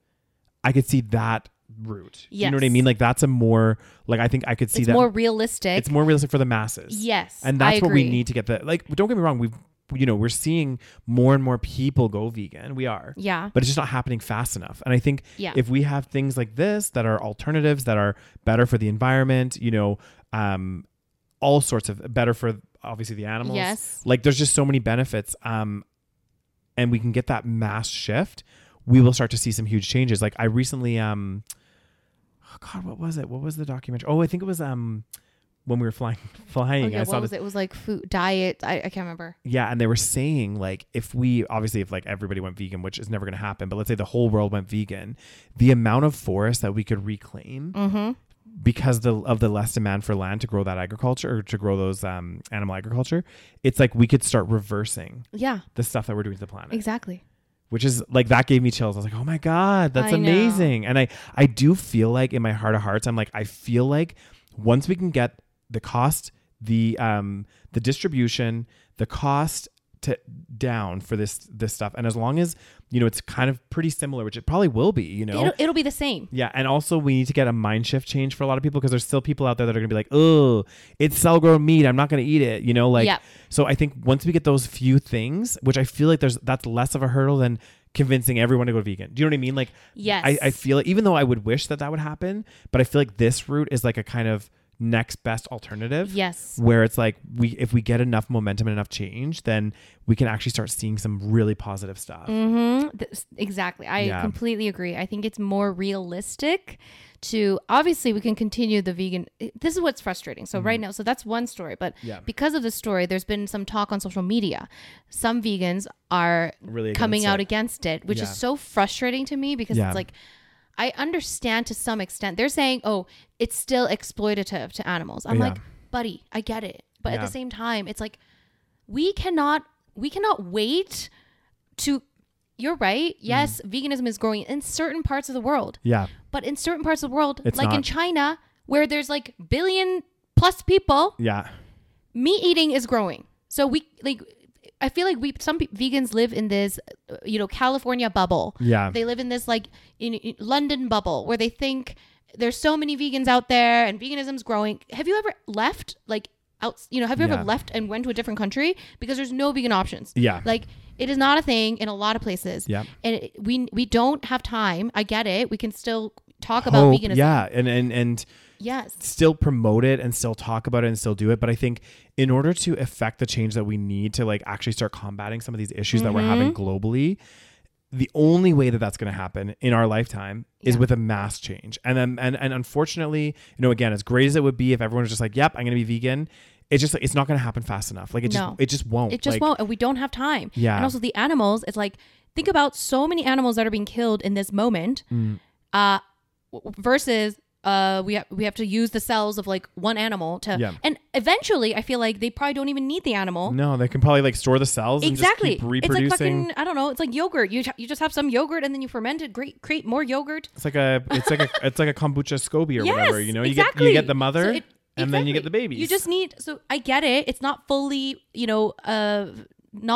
Speaker 2: i could see that route you know what i
Speaker 1: Yes.
Speaker 2: mean like that's a more like i think i could see
Speaker 1: It's
Speaker 2: that
Speaker 1: more realistic.
Speaker 2: it's more realistic for the masses
Speaker 1: yes.
Speaker 2: and that's
Speaker 1: I
Speaker 2: what we
Speaker 1: agree.
Speaker 2: need to get the like don't get me wrong we've you know we're seeing more and more people go vegan we are
Speaker 1: Yeah.
Speaker 2: but it's just not happening fast enough. And I think
Speaker 1: Yeah.
Speaker 2: if we have things like this that are alternatives that are better for the environment, you know, um, all sorts of better for obviously the animals.
Speaker 1: Yes.
Speaker 2: Like there's just so many benefits. Um, and we can get that mass shift. We will start to see some huge changes. Like I recently, um, oh God, what was it? What was the documentary? Oh, I think it was, um, when we were flying, flying,
Speaker 1: Oh, yeah,
Speaker 2: I
Speaker 1: what
Speaker 2: saw
Speaker 1: was
Speaker 2: this.
Speaker 1: it? It was like food diet. I, I can't remember.
Speaker 2: Yeah, and they were saying like if we obviously if like everybody went vegan, which is never going to happen, but let's say the whole world went vegan, the amount of forest that we could reclaim because the of the less demand for land to grow that agriculture or to grow those um, animal agriculture, it's like we could start reversing
Speaker 1: Yeah.
Speaker 2: the stuff that we're doing to the planet
Speaker 1: Exactly.
Speaker 2: which is like that gave me chills. I was like, oh my god, that's
Speaker 1: I know.
Speaker 2: amazing. And I I do feel like in my heart of hearts, I'm like, I feel like once we can get the cost, the um, the distribution, the cost to down for this this stuff, and as long as you know it's kind of pretty similar, which it probably will be, you know.
Speaker 1: It'll, it'll be the same.
Speaker 2: yeah, and also we need to get a mind shift change for a lot of people because there's still people out there that are gonna be like, "Oh, it's cell grown meat. I'm not gonna eat it." You know, like
Speaker 1: Yep.
Speaker 2: so I think once we get those few things, which I feel like there's that's less of a hurdle than convincing everyone to go vegan. Do you know what I mean? Like
Speaker 1: Yes.
Speaker 2: I, I feel like even though I would wish that that would happen, but I feel like this route is like a kind of next best alternative.
Speaker 1: Yes.
Speaker 2: Where it's like we if we get enough momentum and enough change, then we can actually start seeing some really positive stuff.
Speaker 1: Mm-hmm. exactly. I
Speaker 2: Yeah.
Speaker 1: completely agree. I think it's more realistic to obviously we can continue the vegan. This is what's frustrating. So right now, so that's one story, but
Speaker 2: Mm-hmm. Yeah.
Speaker 1: because of this story, there's been some talk on social media. Some vegans are
Speaker 2: Really against
Speaker 1: coming out
Speaker 2: it.
Speaker 1: against it, which
Speaker 2: Yeah.
Speaker 1: is so frustrating to me because
Speaker 2: Yeah.
Speaker 1: it's like I understand to some extent. They're saying, "Oh, it's still exploitative to animals." I'm
Speaker 2: Yeah.
Speaker 1: like, "Buddy, I get it." But at
Speaker 2: Yeah.
Speaker 1: the same time, it's like we cannot we cannot wait to you're right.
Speaker 2: Mm.
Speaker 1: Yes, veganism is growing in certain parts of the world.
Speaker 2: Yeah.
Speaker 1: But in certain parts of the world,
Speaker 2: It's
Speaker 1: like in
Speaker 2: not.
Speaker 1: China, where there's like billion plus people,
Speaker 2: Yeah.
Speaker 1: meat eating is growing. So we like I feel like we some pe- vegans live in this uh, you know California bubble.
Speaker 2: Yeah.
Speaker 1: They live in this like in, in London bubble where they think there's so many vegans out there and veganism's growing. Have you ever left like out you know have you
Speaker 2: Yeah.
Speaker 1: ever left and went to a different country because there's no vegan options?
Speaker 2: Yeah.
Speaker 1: Like it is not a thing in a lot of places.
Speaker 2: Yeah.
Speaker 1: And it, we we don't have time. I get it. We can still talk about
Speaker 2: Hope,
Speaker 1: veganism.
Speaker 2: yeah. And and and
Speaker 1: Yes.
Speaker 2: still promote it and still talk about it and still do it but i think in order to affect the change that we need to like actually start combating some of these issues that we're
Speaker 1: Mm-hmm.
Speaker 2: having globally the only way that that's going to happen in our lifetime is
Speaker 1: Yeah.
Speaker 2: with a mass change and then and, and unfortunately you know again as great as it would be if everyone was just like yep i'm going to be vegan it's just it's not going to happen fast enough like it just
Speaker 1: No.
Speaker 2: it just won't
Speaker 1: It just
Speaker 2: Like,
Speaker 1: won't, and we don't have time.
Speaker 2: Yeah.
Speaker 1: And also the animals. It's like think about so many animals that are being killed in this moment,
Speaker 2: Mm.
Speaker 1: uh, w- versus uh, we ha- we have to use the cells of like one animal to,
Speaker 2: Yeah.
Speaker 1: and eventually I feel like they probably don't even need the animal.
Speaker 2: no they can probably like store the cells
Speaker 1: Exactly.
Speaker 2: and just keep
Speaker 1: it's
Speaker 2: reproducing
Speaker 1: like fucking I don't know. It's like yogurt. You you just have some yogurt and then you ferment it, great, create more yogurt.
Speaker 2: It's like a it's like a it's like a kombucha scoby or
Speaker 1: Yes,
Speaker 2: whatever. You know, you
Speaker 1: exactly.
Speaker 2: get you get the mother
Speaker 1: So
Speaker 2: and
Speaker 1: it-
Speaker 2: then you get the
Speaker 1: exactly.
Speaker 2: babies.
Speaker 1: You just need. So I get it. It's not fully, you know, uh,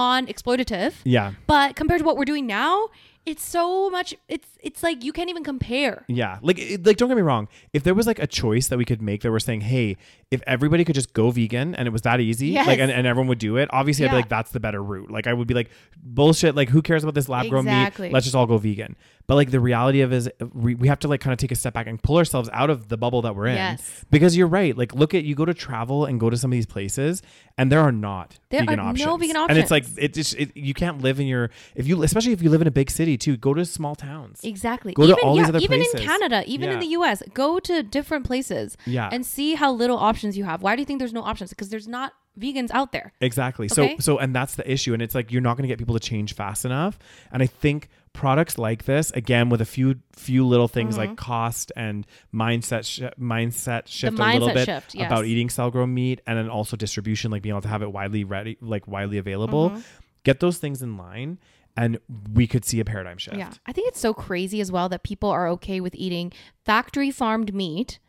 Speaker 1: non-exploitative.
Speaker 2: yeah
Speaker 1: But compared to what we're doing now, it's so much. It's it's like you can't even compare.
Speaker 2: yeah like it- like don't get me wrong. If there was like a choice that we could make that we're saying, hey, if everybody could just go vegan and it was that easy,
Speaker 1: Yes.
Speaker 2: like and, and everyone would do it, obviously I'd be
Speaker 1: Yeah.
Speaker 2: like that's the better route. Like I would be like bullshit. Like who cares about this lab grown meat?
Speaker 1: Exactly.
Speaker 2: Let's just all go vegan. But like the reality of it is we, we have to like kind of take a step back and pull ourselves out of the bubble that we're in.
Speaker 1: Yes.
Speaker 2: Because you're right. Like look at you go to travel and go to some of these places and there are not
Speaker 1: There
Speaker 2: vegan
Speaker 1: are no
Speaker 2: options.
Speaker 1: vegan
Speaker 2: And it's like
Speaker 1: options.
Speaker 2: it just it, you can't live in your if you especially if you live in a big city too, go to small towns.
Speaker 1: Exactly.
Speaker 2: Go to
Speaker 1: even,
Speaker 2: all these
Speaker 1: yeah,
Speaker 2: other
Speaker 1: even in
Speaker 2: places.
Speaker 1: Canada, even in
Speaker 2: Yeah.
Speaker 1: the US, go to different places
Speaker 2: Yeah.
Speaker 1: and see how little options you have. Why do you think there's no options? Because there's not vegans out there.
Speaker 2: Exactly.
Speaker 1: Okay?
Speaker 2: So so and that's the issue and it's like you're not going to get people to change fast enough. And I think products like this again with a few few little things
Speaker 1: Mm-hmm.
Speaker 2: like cost and mindset sh- mindset shift a little
Speaker 1: mindset
Speaker 2: bit
Speaker 1: shift, yes.
Speaker 2: about eating cell grown meat and then also distribution like being able to have it widely ready like widely available.
Speaker 1: Mm-hmm.
Speaker 2: Get those things in line and we could see a paradigm shift.
Speaker 1: Yeah. I think it's so crazy as well that people are okay with eating factory farmed meat,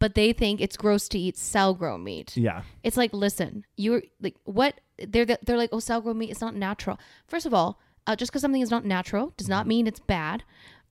Speaker 1: but they think it's gross to eat cell grown meat.
Speaker 2: Yeah.
Speaker 1: It's like, listen, you're like, what? They're they're like, oh, cell grown meat, it's not natural. First of all, uh, just because something is not natural does not mean it's bad.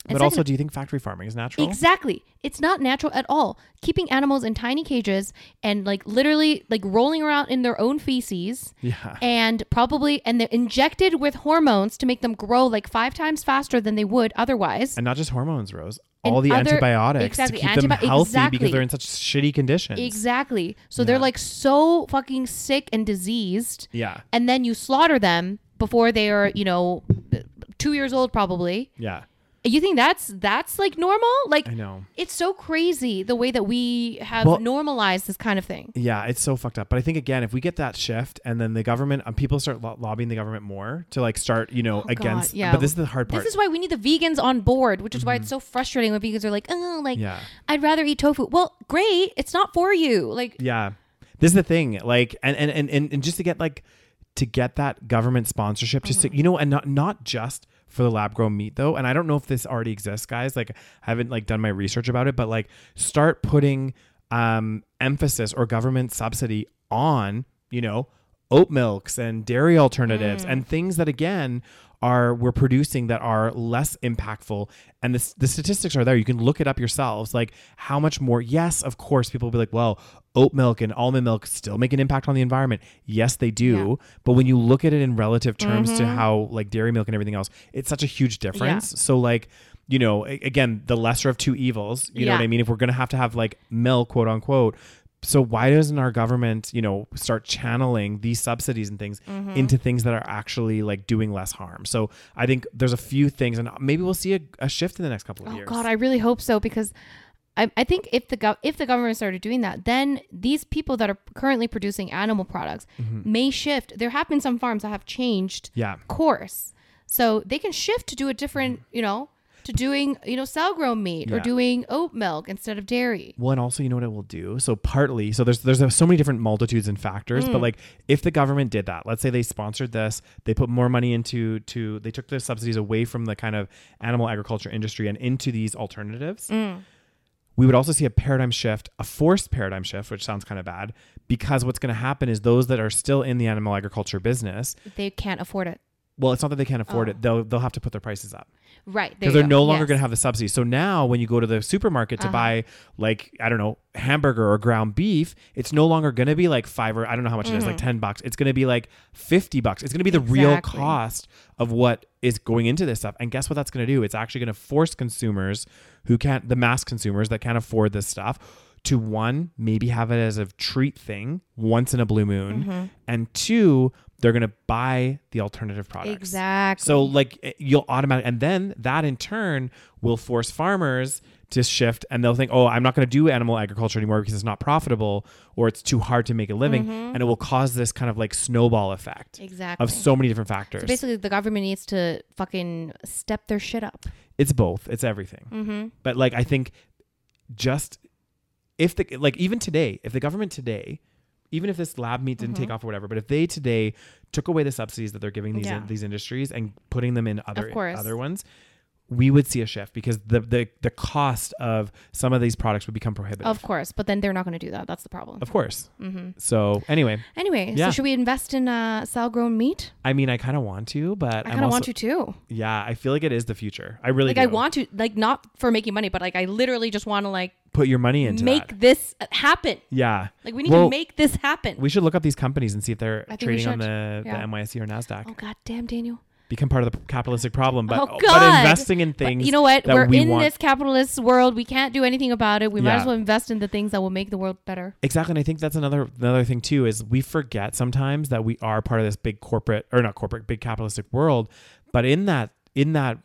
Speaker 1: And
Speaker 2: But also do you think factory farming is natural?
Speaker 1: Exactly. It's not natural at all. Keeping animals in tiny cages and like literally like rolling around in their own feces.
Speaker 2: Yeah.
Speaker 1: And probably and they're injected with hormones to make them grow like five times faster than they would otherwise.
Speaker 2: and not just hormones, Rose.
Speaker 1: And
Speaker 2: All the
Speaker 1: other-
Speaker 2: antibiotics
Speaker 1: exactly,
Speaker 2: to keep them
Speaker 1: antibi-
Speaker 2: healthy
Speaker 1: exactly.
Speaker 2: because they're in such shitty conditions.
Speaker 1: Exactly. So they're
Speaker 2: Yeah.
Speaker 1: like so fucking sick and diseased.
Speaker 2: yeah.
Speaker 1: And then you slaughter them before they are, you know, two years old probably.
Speaker 2: Yeah.
Speaker 1: You think that's that's like normal? Like
Speaker 2: I know.
Speaker 1: It's so crazy the way that we have
Speaker 2: Well-
Speaker 1: normalized this kind of thing.
Speaker 2: Yeah, it's so fucked up. But I think again, if we get that shift, and then the government, um, people start lo- lobbying the government more to like start, you
Speaker 1: Oh,
Speaker 2: know,
Speaker 1: God,
Speaker 2: against.
Speaker 1: yeah.
Speaker 2: But this is the hard part. Mm-hmm.
Speaker 1: This is why we need the vegans on board, which is why it's so frustrating when vegans are like, "Oh, like
Speaker 2: Yeah.
Speaker 1: I'd rather eat tofu." Well, great, it's not for you. Like
Speaker 2: yeah, this is the thing. Like, and and and and, and just to get like to get that government sponsorship, just
Speaker 1: Uh-huh.
Speaker 2: to you know, and not not just for the lab grown meat though. And I don't know if this already exists, guys. Like, I haven't like done my research about it, but like start putting um emphasis or government subsidy on you know oat milks and dairy alternatives and things that again are we're producing that are less impactful and the, the statistics are there you can look it up yourselves like how much more yes of course people will be like well oat milk and almond milk still make an impact on the environment yes they do but when you look at it in relative terms to how like dairy milk and everything else it's such a huge difference so like you know a- again the lesser of two evils you know
Speaker 1: Yeah.
Speaker 2: what i mean if we're gonna have to have like milk quote unquote so why doesn't our government, you know, start channeling these subsidies and things
Speaker 1: Mm-hmm.
Speaker 2: into things that are actually like doing less harm? So I think there's a few things, and maybe we'll see a, a shift in the next couple of
Speaker 1: Oh
Speaker 2: years.
Speaker 1: God, I really hope so because I, I think if the gov- if the government started doing that, then these people that are currently producing animal products
Speaker 2: Mm-hmm.
Speaker 1: may shift. There have been some farms that have changed
Speaker 2: Yeah.
Speaker 1: course, so they can shift to do a different, you know, to doing you know cell grown meat or
Speaker 2: Mm. Yeah.
Speaker 1: doing oat milk instead of dairy.
Speaker 2: Well, and also, you know what it will do. So partly, so there's there's so many different multitudes and factors, but like if the government did that, let's say they sponsored this, they put more money into to they took the subsidies away from the kind of animal agriculture industry and into these alternatives. we would also see a paradigm shift, a forced paradigm shift, which sounds kind of bad, because what's going to happen is those that are still in the animal agriculture business,
Speaker 1: They can't afford it.
Speaker 2: well, it's not that they can't afford
Speaker 1: Oh.
Speaker 2: it; they'll they'll have to put their prices up
Speaker 1: Right. there
Speaker 2: because
Speaker 1: you go.
Speaker 2: they're no longer
Speaker 1: Yes.
Speaker 2: going to have the subsidy. So now, when you go to the supermarket to
Speaker 1: Uh-huh.
Speaker 2: buy, like I don't know, hamburger or ground beef, it's no longer going to be like five or I don't know how much it is, like ten bucks. It's going to be like fifty bucks. It's going to be the real
Speaker 1: Mm-hmm. Exactly.
Speaker 2: cost of what is going into this stuff. And guess what? That's going to do. It's actually going to force consumers who can't, the mass consumers that can't afford this stuff. To one, maybe have it as a treat thing once in a blue moon,
Speaker 1: Mm-hmm.
Speaker 2: and two, they're gonna buy the alternative products.
Speaker 1: Exactly.
Speaker 2: So like it- you'll automatically, and then that in turn will force farmers to shift, and they'll think, oh, I'm not going to do animal agriculture anymore because it's not profitable or it's too hard to make a living, and it will cause this kind of like snowball effect
Speaker 1: Mm-hmm. exactly.
Speaker 2: of so many different factors.
Speaker 1: So basically, the government needs to fucking step their shit up.
Speaker 2: it's both. It's everything.
Speaker 1: Mm-hmm.
Speaker 2: But like I think just if the like even today, if the government today, even if this lab meat didn't
Speaker 1: Mm-hmm.
Speaker 2: take off or whatever, but if they today took away the subsidies that they're giving these
Speaker 1: Yeah.
Speaker 2: these industries and putting them in other
Speaker 1: Of course.
Speaker 2: other ones, we would see a shift because the the the cost of some of these products would become prohibitive.
Speaker 1: Of course, but then they're not going to do that. That's the problem.
Speaker 2: Of course.
Speaker 1: Mm-hmm.
Speaker 2: So anyway,
Speaker 1: Anyway, so
Speaker 2: Yeah.
Speaker 1: should we invest in uh, cell-grown meat?
Speaker 2: I mean, I kind of want to, but
Speaker 1: I
Speaker 2: I'm
Speaker 1: kind of
Speaker 2: also
Speaker 1: want to too.
Speaker 2: yeah, I feel like it is the future. I really
Speaker 1: Like
Speaker 2: do.
Speaker 1: I want to, like not for making money, but like I literally just want to like
Speaker 2: put your money into
Speaker 1: make
Speaker 2: that.
Speaker 1: this happen.
Speaker 2: Yeah,
Speaker 1: Like we need to
Speaker 2: Well,
Speaker 1: make this happen.
Speaker 2: We should look up these companies and see if they're
Speaker 1: I think we
Speaker 2: trading on
Speaker 1: should.
Speaker 2: the,
Speaker 1: Yeah.
Speaker 2: the NYSE E or Nasdaq.
Speaker 1: oh God damn, Daniel,
Speaker 2: become part of the capitalistic problem, but,
Speaker 1: oh
Speaker 2: but
Speaker 1: God!
Speaker 2: investing in
Speaker 1: But
Speaker 2: things.
Speaker 1: you know what?
Speaker 2: that
Speaker 1: We're
Speaker 2: we
Speaker 1: in
Speaker 2: want-
Speaker 1: this capitalist world. We can't do anything about it. We might as
Speaker 2: Yeah.
Speaker 1: well invest in the things that will make the world better.
Speaker 2: Exactly, and I think that's another another thing too is we forget sometimes that we are part of this big corporate or not corporate, big capitalistic world, but in that in that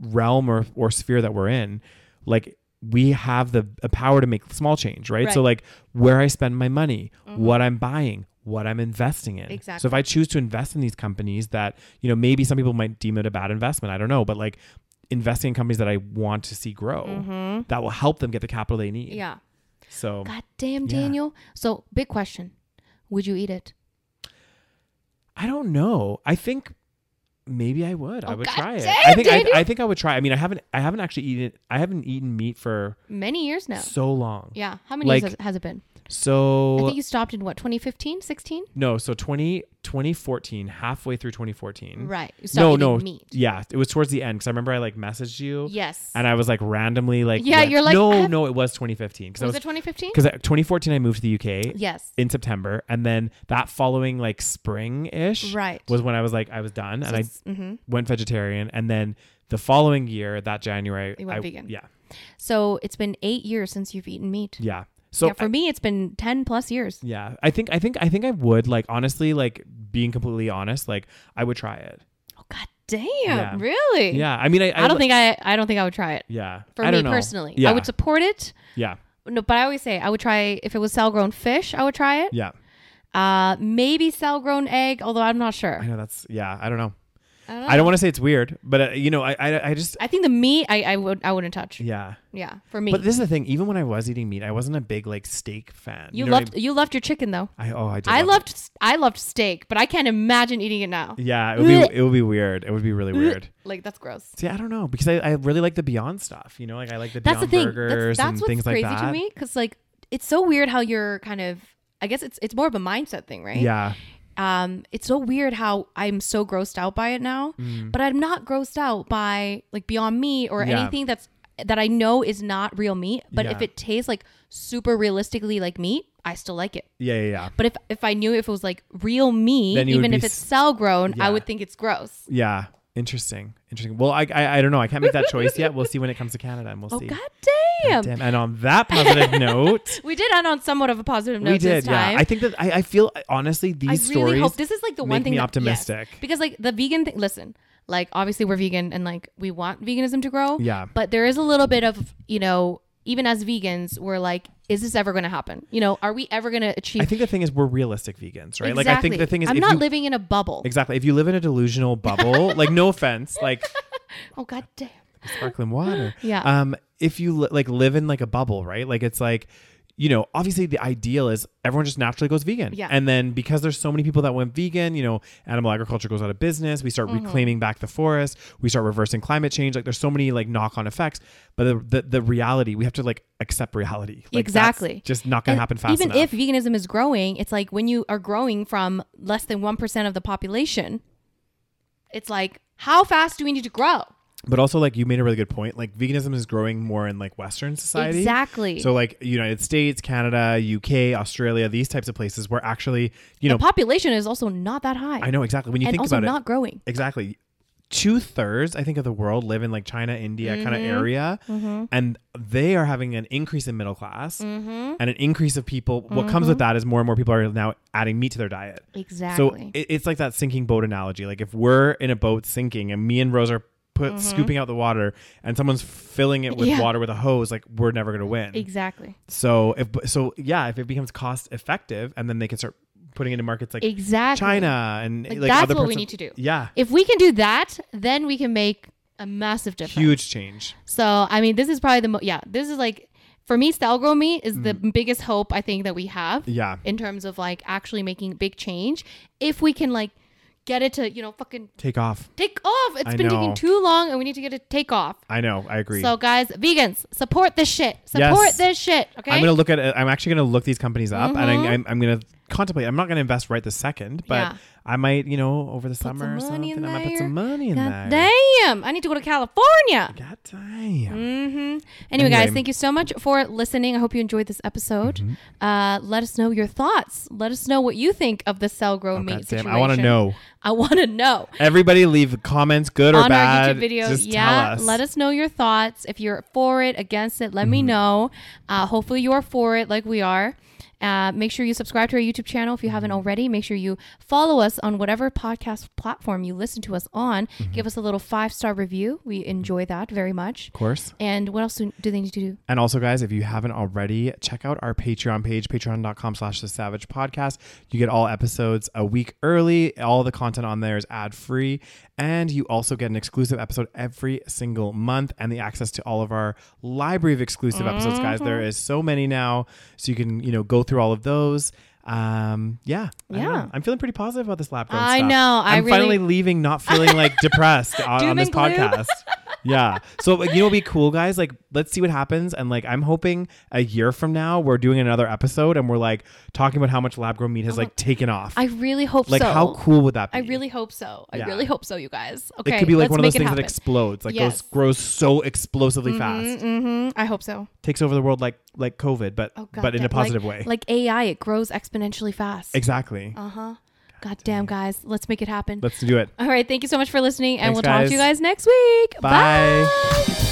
Speaker 2: realm or or sphere that we're in, like we have the, the power to make small change, right? So like where I spend my money, what I'm buying, what I'm investing in. So if
Speaker 1: Mm-hmm. Exactly.
Speaker 2: I choose to invest in these companies that, you know, maybe some people might deem it a bad investment, I don't know, but like investing in companies that I want to see grow,
Speaker 1: Mm-hmm.
Speaker 2: that will help them get the capital they need.
Speaker 1: Yeah.
Speaker 2: So
Speaker 1: God damn,
Speaker 2: Oh. Yeah.
Speaker 1: Daniel. So big question: Would you eat it?
Speaker 2: I don't know. I think maybe I would. I
Speaker 1: Oh,
Speaker 2: would
Speaker 1: God
Speaker 2: try it.
Speaker 1: damn,
Speaker 2: I think I,
Speaker 1: Daniel.
Speaker 2: I think I would try. I mean, I haven't I haven't actually eaten I haven't eaten meat for
Speaker 1: Many years now.
Speaker 2: so long.
Speaker 1: Yeah. How many
Speaker 2: Like-
Speaker 1: years has- has it been?
Speaker 2: So
Speaker 1: I think you stopped in what 2015, 16.
Speaker 2: no, so 20, 2014, halfway through 2014.
Speaker 1: Right. You
Speaker 2: no,
Speaker 1: stopped
Speaker 2: no.
Speaker 1: eating meat.
Speaker 2: Yeah, it was towards the end cuz I remember I like messaged you
Speaker 1: Yes.
Speaker 2: and I was like randomly like
Speaker 1: Yeah,
Speaker 2: went-
Speaker 1: you're like,
Speaker 2: No,
Speaker 1: I've-
Speaker 2: no, it was 2015 cuz I
Speaker 1: was,
Speaker 2: was
Speaker 1: it 2015?
Speaker 2: cuz 2014 I moved to the UK.
Speaker 1: Yes.
Speaker 2: In September, and then that following like spring ish,
Speaker 1: Right.
Speaker 2: was when I was like I was done, and I
Speaker 1: hmm
Speaker 2: went vegetarian and then the following year that january
Speaker 1: You went
Speaker 2: I-
Speaker 1: vegan.
Speaker 2: yeah
Speaker 1: So it's been eight years since you've eaten meat.
Speaker 2: yeah so
Speaker 1: yeah, for
Speaker 2: I,
Speaker 1: me, it's been 10 plus years.
Speaker 2: yeah i think i think i think i would like honestly like being completely honest like i would try it
Speaker 1: Oh, God damn.
Speaker 2: Yeah.
Speaker 1: Really?
Speaker 2: yeah i mean i,
Speaker 1: I don't think I, I don't think I would try it.
Speaker 2: yeah
Speaker 1: For
Speaker 2: I
Speaker 1: me
Speaker 2: don't know.
Speaker 1: personally,
Speaker 2: yeah
Speaker 1: I would support it.
Speaker 2: yeah
Speaker 1: No, but I always say I would try if it was cell grown fish, I would try it.
Speaker 2: yeah
Speaker 1: Uh, maybe cell grown egg, although I'm not sure.
Speaker 2: i know that's yeah i don't know
Speaker 1: I don't know.
Speaker 2: i don't want to say it's weird but uh, you know I, I i just
Speaker 1: I think the meat, I, I would, I wouldn't touch. Yeah,
Speaker 2: yeah
Speaker 1: for me,
Speaker 2: but this is the thing even when i was eating meat i wasn't a big like steak fan
Speaker 1: you,
Speaker 2: know what
Speaker 1: loved, you loved your chicken though.
Speaker 2: I, mean? I oh i did
Speaker 1: I
Speaker 2: love it.
Speaker 1: loved, s- I loved steak, but I can't imagine eating it now.
Speaker 2: yeah it would
Speaker 1: Blech.
Speaker 2: be it would be weird it would be really weird
Speaker 1: Like that's gross.
Speaker 2: See, I don't know because I, I really like the Beyond stuff. You know, like I like the
Speaker 1: That's the
Speaker 2: Beyond
Speaker 1: thing.
Speaker 2: burgers
Speaker 1: That's, that's
Speaker 2: and
Speaker 1: what's
Speaker 2: things
Speaker 1: crazy
Speaker 2: like that.
Speaker 1: to me because like it's so weird how you're kind of. I guess it's it's more of a mindset thing, right?
Speaker 2: Yeah,
Speaker 1: Um, it's so weird how I'm so grossed out by it now, but I'm not grossed out by like Beyond Meat or
Speaker 2: Mm. Yeah.
Speaker 1: anything that's that I know is not real meat. But if
Speaker 2: Yeah.
Speaker 1: it tastes like super realistically like meat, I still like it.
Speaker 2: yeah, yeah, yeah.
Speaker 1: But if if I knew if it was like real meat,
Speaker 2: Then you would
Speaker 1: even
Speaker 2: be
Speaker 1: if it's
Speaker 2: s-
Speaker 1: cell grown, I
Speaker 2: Yeah.
Speaker 1: would think it's gross.
Speaker 2: Yeah. Interesting, interesting. Well, I, I, I don't know. I can't make that choice yet. We'll see when it comes to Canada, and we'll
Speaker 1: Oh
Speaker 2: see.
Speaker 1: god damn.
Speaker 2: God damn. And on that positive note,
Speaker 1: We did end on somewhat of a positive note
Speaker 2: we did.
Speaker 1: this time.
Speaker 2: Yeah, I think that I, I feel honestly these
Speaker 1: I
Speaker 2: stories.
Speaker 1: really hope this is like the one
Speaker 2: make
Speaker 1: thing
Speaker 2: me
Speaker 1: that-
Speaker 2: optimistic.
Speaker 1: yes. because like the vegan thing. Listen, like obviously we're vegan and like we want veganism to grow.
Speaker 2: Yeah.
Speaker 1: but there is a little bit of you know even as vegans we're like, is this ever going to happen? You know, are we ever going to achieve?
Speaker 2: I think the thing is we're realistic vegans, right?
Speaker 1: exactly.
Speaker 2: Like I think the thing is
Speaker 1: I'm
Speaker 2: if
Speaker 1: not
Speaker 2: you,
Speaker 1: living in a bubble.
Speaker 2: exactly if you live in a delusional bubble, like no offense, like
Speaker 1: oh god damn.
Speaker 2: sparkling water.
Speaker 1: Yeah.
Speaker 2: Um, if you li- like live in like a bubble, right? Like it's like, you know, obviously the ideal is everyone just naturally goes vegan.
Speaker 1: Yeah.
Speaker 2: And then because there's so many people that went vegan, you know, animal agriculture goes out of business. We start
Speaker 1: Mm-hmm.
Speaker 2: reclaiming back the forest. We start reversing climate change. Like there's so many like knock on effects. But the, the the reality, we have to like accept reality. Like, that's
Speaker 1: Exactly.
Speaker 2: Just not gonna
Speaker 1: And
Speaker 2: happen fast
Speaker 1: Even
Speaker 2: enough.
Speaker 1: if veganism is growing, it's like when you are growing from less than one percent of the population, it's like how fast do we need to grow?
Speaker 2: but also like you made a really good point. Like veganism is growing more in like Western society.
Speaker 1: Exactly.
Speaker 2: So like United States, Canada, UK, Australia, these types of places where actually, you know,
Speaker 1: the population is also not that high.
Speaker 2: I know exactly. When you
Speaker 1: and
Speaker 2: think
Speaker 1: also
Speaker 2: about it,
Speaker 1: not growing.
Speaker 2: exactly. Two thirds, I think, of the world live in like China, India kind of
Speaker 1: Mm-hmm.
Speaker 2: area, and they are having an increase in middle class
Speaker 1: Mm-hmm.
Speaker 2: and an increase of people. What comes with that is more and more people are now adding meat to their diet.
Speaker 1: Exactly.
Speaker 2: So it, it's like that sinking boat analogy. Like if we're in a boat sinking and me and Rose are put scooping out the water and someone's filling it with
Speaker 1: Mm-hmm. Yeah.
Speaker 2: water with a hose, like we're never gonna win.
Speaker 1: exactly.
Speaker 2: So if so, yeah, if it becomes cost effective, and then they can start putting it into markets like
Speaker 1: Exactly.
Speaker 2: China and like,
Speaker 1: that's
Speaker 2: other
Speaker 1: what
Speaker 2: parts
Speaker 1: we
Speaker 2: of-
Speaker 1: need to do.
Speaker 2: Yeah,
Speaker 1: If we can do that, then we can make a massive difference.
Speaker 2: huge change.
Speaker 1: So I mean, this is probably the mo- yeah. This is like for me, style grow meat is the biggest hope I think that we have
Speaker 2: Mm. Yeah,
Speaker 1: in terms of like actually making big change. If we can like get it to you know fucking
Speaker 2: take off.
Speaker 1: take off. It's
Speaker 2: I
Speaker 1: been
Speaker 2: know.
Speaker 1: taking too long, and we need to get it to take off.
Speaker 2: I know. I agree.
Speaker 1: So guys, vegans, support this shit. Support
Speaker 2: Yes.
Speaker 1: this shit. Okay. Mm-hmm.
Speaker 2: I'm gonna look at. I'm actually gonna look these companies up, and I'm, I'm, I'm gonna contemplate. I'm not going to invest right this second, but
Speaker 1: Yeah.
Speaker 2: I might, you know, over the summer or
Speaker 1: some money
Speaker 2: something,
Speaker 1: in
Speaker 2: I might put
Speaker 1: there.
Speaker 2: some money in
Speaker 1: God
Speaker 2: there.
Speaker 1: damn! I need to go to California.
Speaker 2: God damn.
Speaker 1: hmm Anyway, guys,
Speaker 2: Anyway.
Speaker 1: thank you so much for listening. I hope you enjoyed this episode.
Speaker 2: Mm-hmm.
Speaker 1: Uh, let us know your thoughts. Let us know what you think of the cell grow
Speaker 2: Oh, God
Speaker 1: meat
Speaker 2: damn,
Speaker 1: situation.
Speaker 2: I want to know.
Speaker 1: I want to know
Speaker 2: Everybody leave comments, good or
Speaker 1: on
Speaker 2: bad.
Speaker 1: our YouTube video.
Speaker 2: Just
Speaker 1: yeah,
Speaker 2: tell us.
Speaker 1: let us know your thoughts. If you're for it, against it, let
Speaker 2: Mm-hmm.
Speaker 1: me know. Uh, hopefully, you are for it, like we are. Uh, make sure you subscribe to our YouTube channel if you
Speaker 2: Mm-hmm.
Speaker 1: haven't already. Make sure you follow us on whatever podcast platform you listen to us on.
Speaker 2: Mm-hmm.
Speaker 1: Give us a little five star review. We enjoy that very much.
Speaker 2: Of course.
Speaker 1: And what else do do they need to do?
Speaker 2: And also, guys, if you haven't already, check out our Patreon page, patreon.com slash the savage podcast. You get all episodes a week early. All the content on there is ad free. And you also get an exclusive episode every single month and the access to all of our library of exclusive episodes, guys. There
Speaker 1: Mm-hmm.
Speaker 2: is so many now. So you can, you know, go through all of those. Um, yeah. I don't
Speaker 1: Yeah.
Speaker 2: know. I'm feeling pretty positive about this lap grown
Speaker 1: I
Speaker 2: stuff.
Speaker 1: know. I
Speaker 2: I'm
Speaker 1: really-
Speaker 2: finally leaving not feeling like depressed on,
Speaker 1: Doom
Speaker 2: on this
Speaker 1: and gloom.
Speaker 2: podcast. yeah. So like, you know, what'd be cool, guys. Like, let's see what happens. And like, I'm hoping a year from now we're doing another episode and we're like talking about how much lab grown meat has like taken off.
Speaker 1: I really hope
Speaker 2: like,
Speaker 1: so.
Speaker 2: how cool would that be?
Speaker 1: I really hope so. I
Speaker 2: Yeah.
Speaker 1: really hope so, you guys.
Speaker 2: It
Speaker 1: Okay,
Speaker 2: could be like
Speaker 1: let's
Speaker 2: one of those
Speaker 1: make it
Speaker 2: things that
Speaker 1: happen.
Speaker 2: explodes, like
Speaker 1: Yes. Mm-hmm,
Speaker 2: goes grows so explosively fast,
Speaker 1: Mm, I hope so.
Speaker 2: takes over the world like like COVID, but
Speaker 1: Oh, God
Speaker 2: but in
Speaker 1: damn-
Speaker 2: a positive
Speaker 1: like,
Speaker 2: way.
Speaker 1: Like AI, it grows exponentially fast.
Speaker 2: exactly.
Speaker 1: uh huh. God damn, guys, let's make it happen.
Speaker 2: Let's do it.
Speaker 1: All right, thank you so much for listening, and
Speaker 2: Thanks,
Speaker 1: we'll talk
Speaker 2: guys.
Speaker 1: to you guys next week.
Speaker 2: Bye.
Speaker 1: Bye.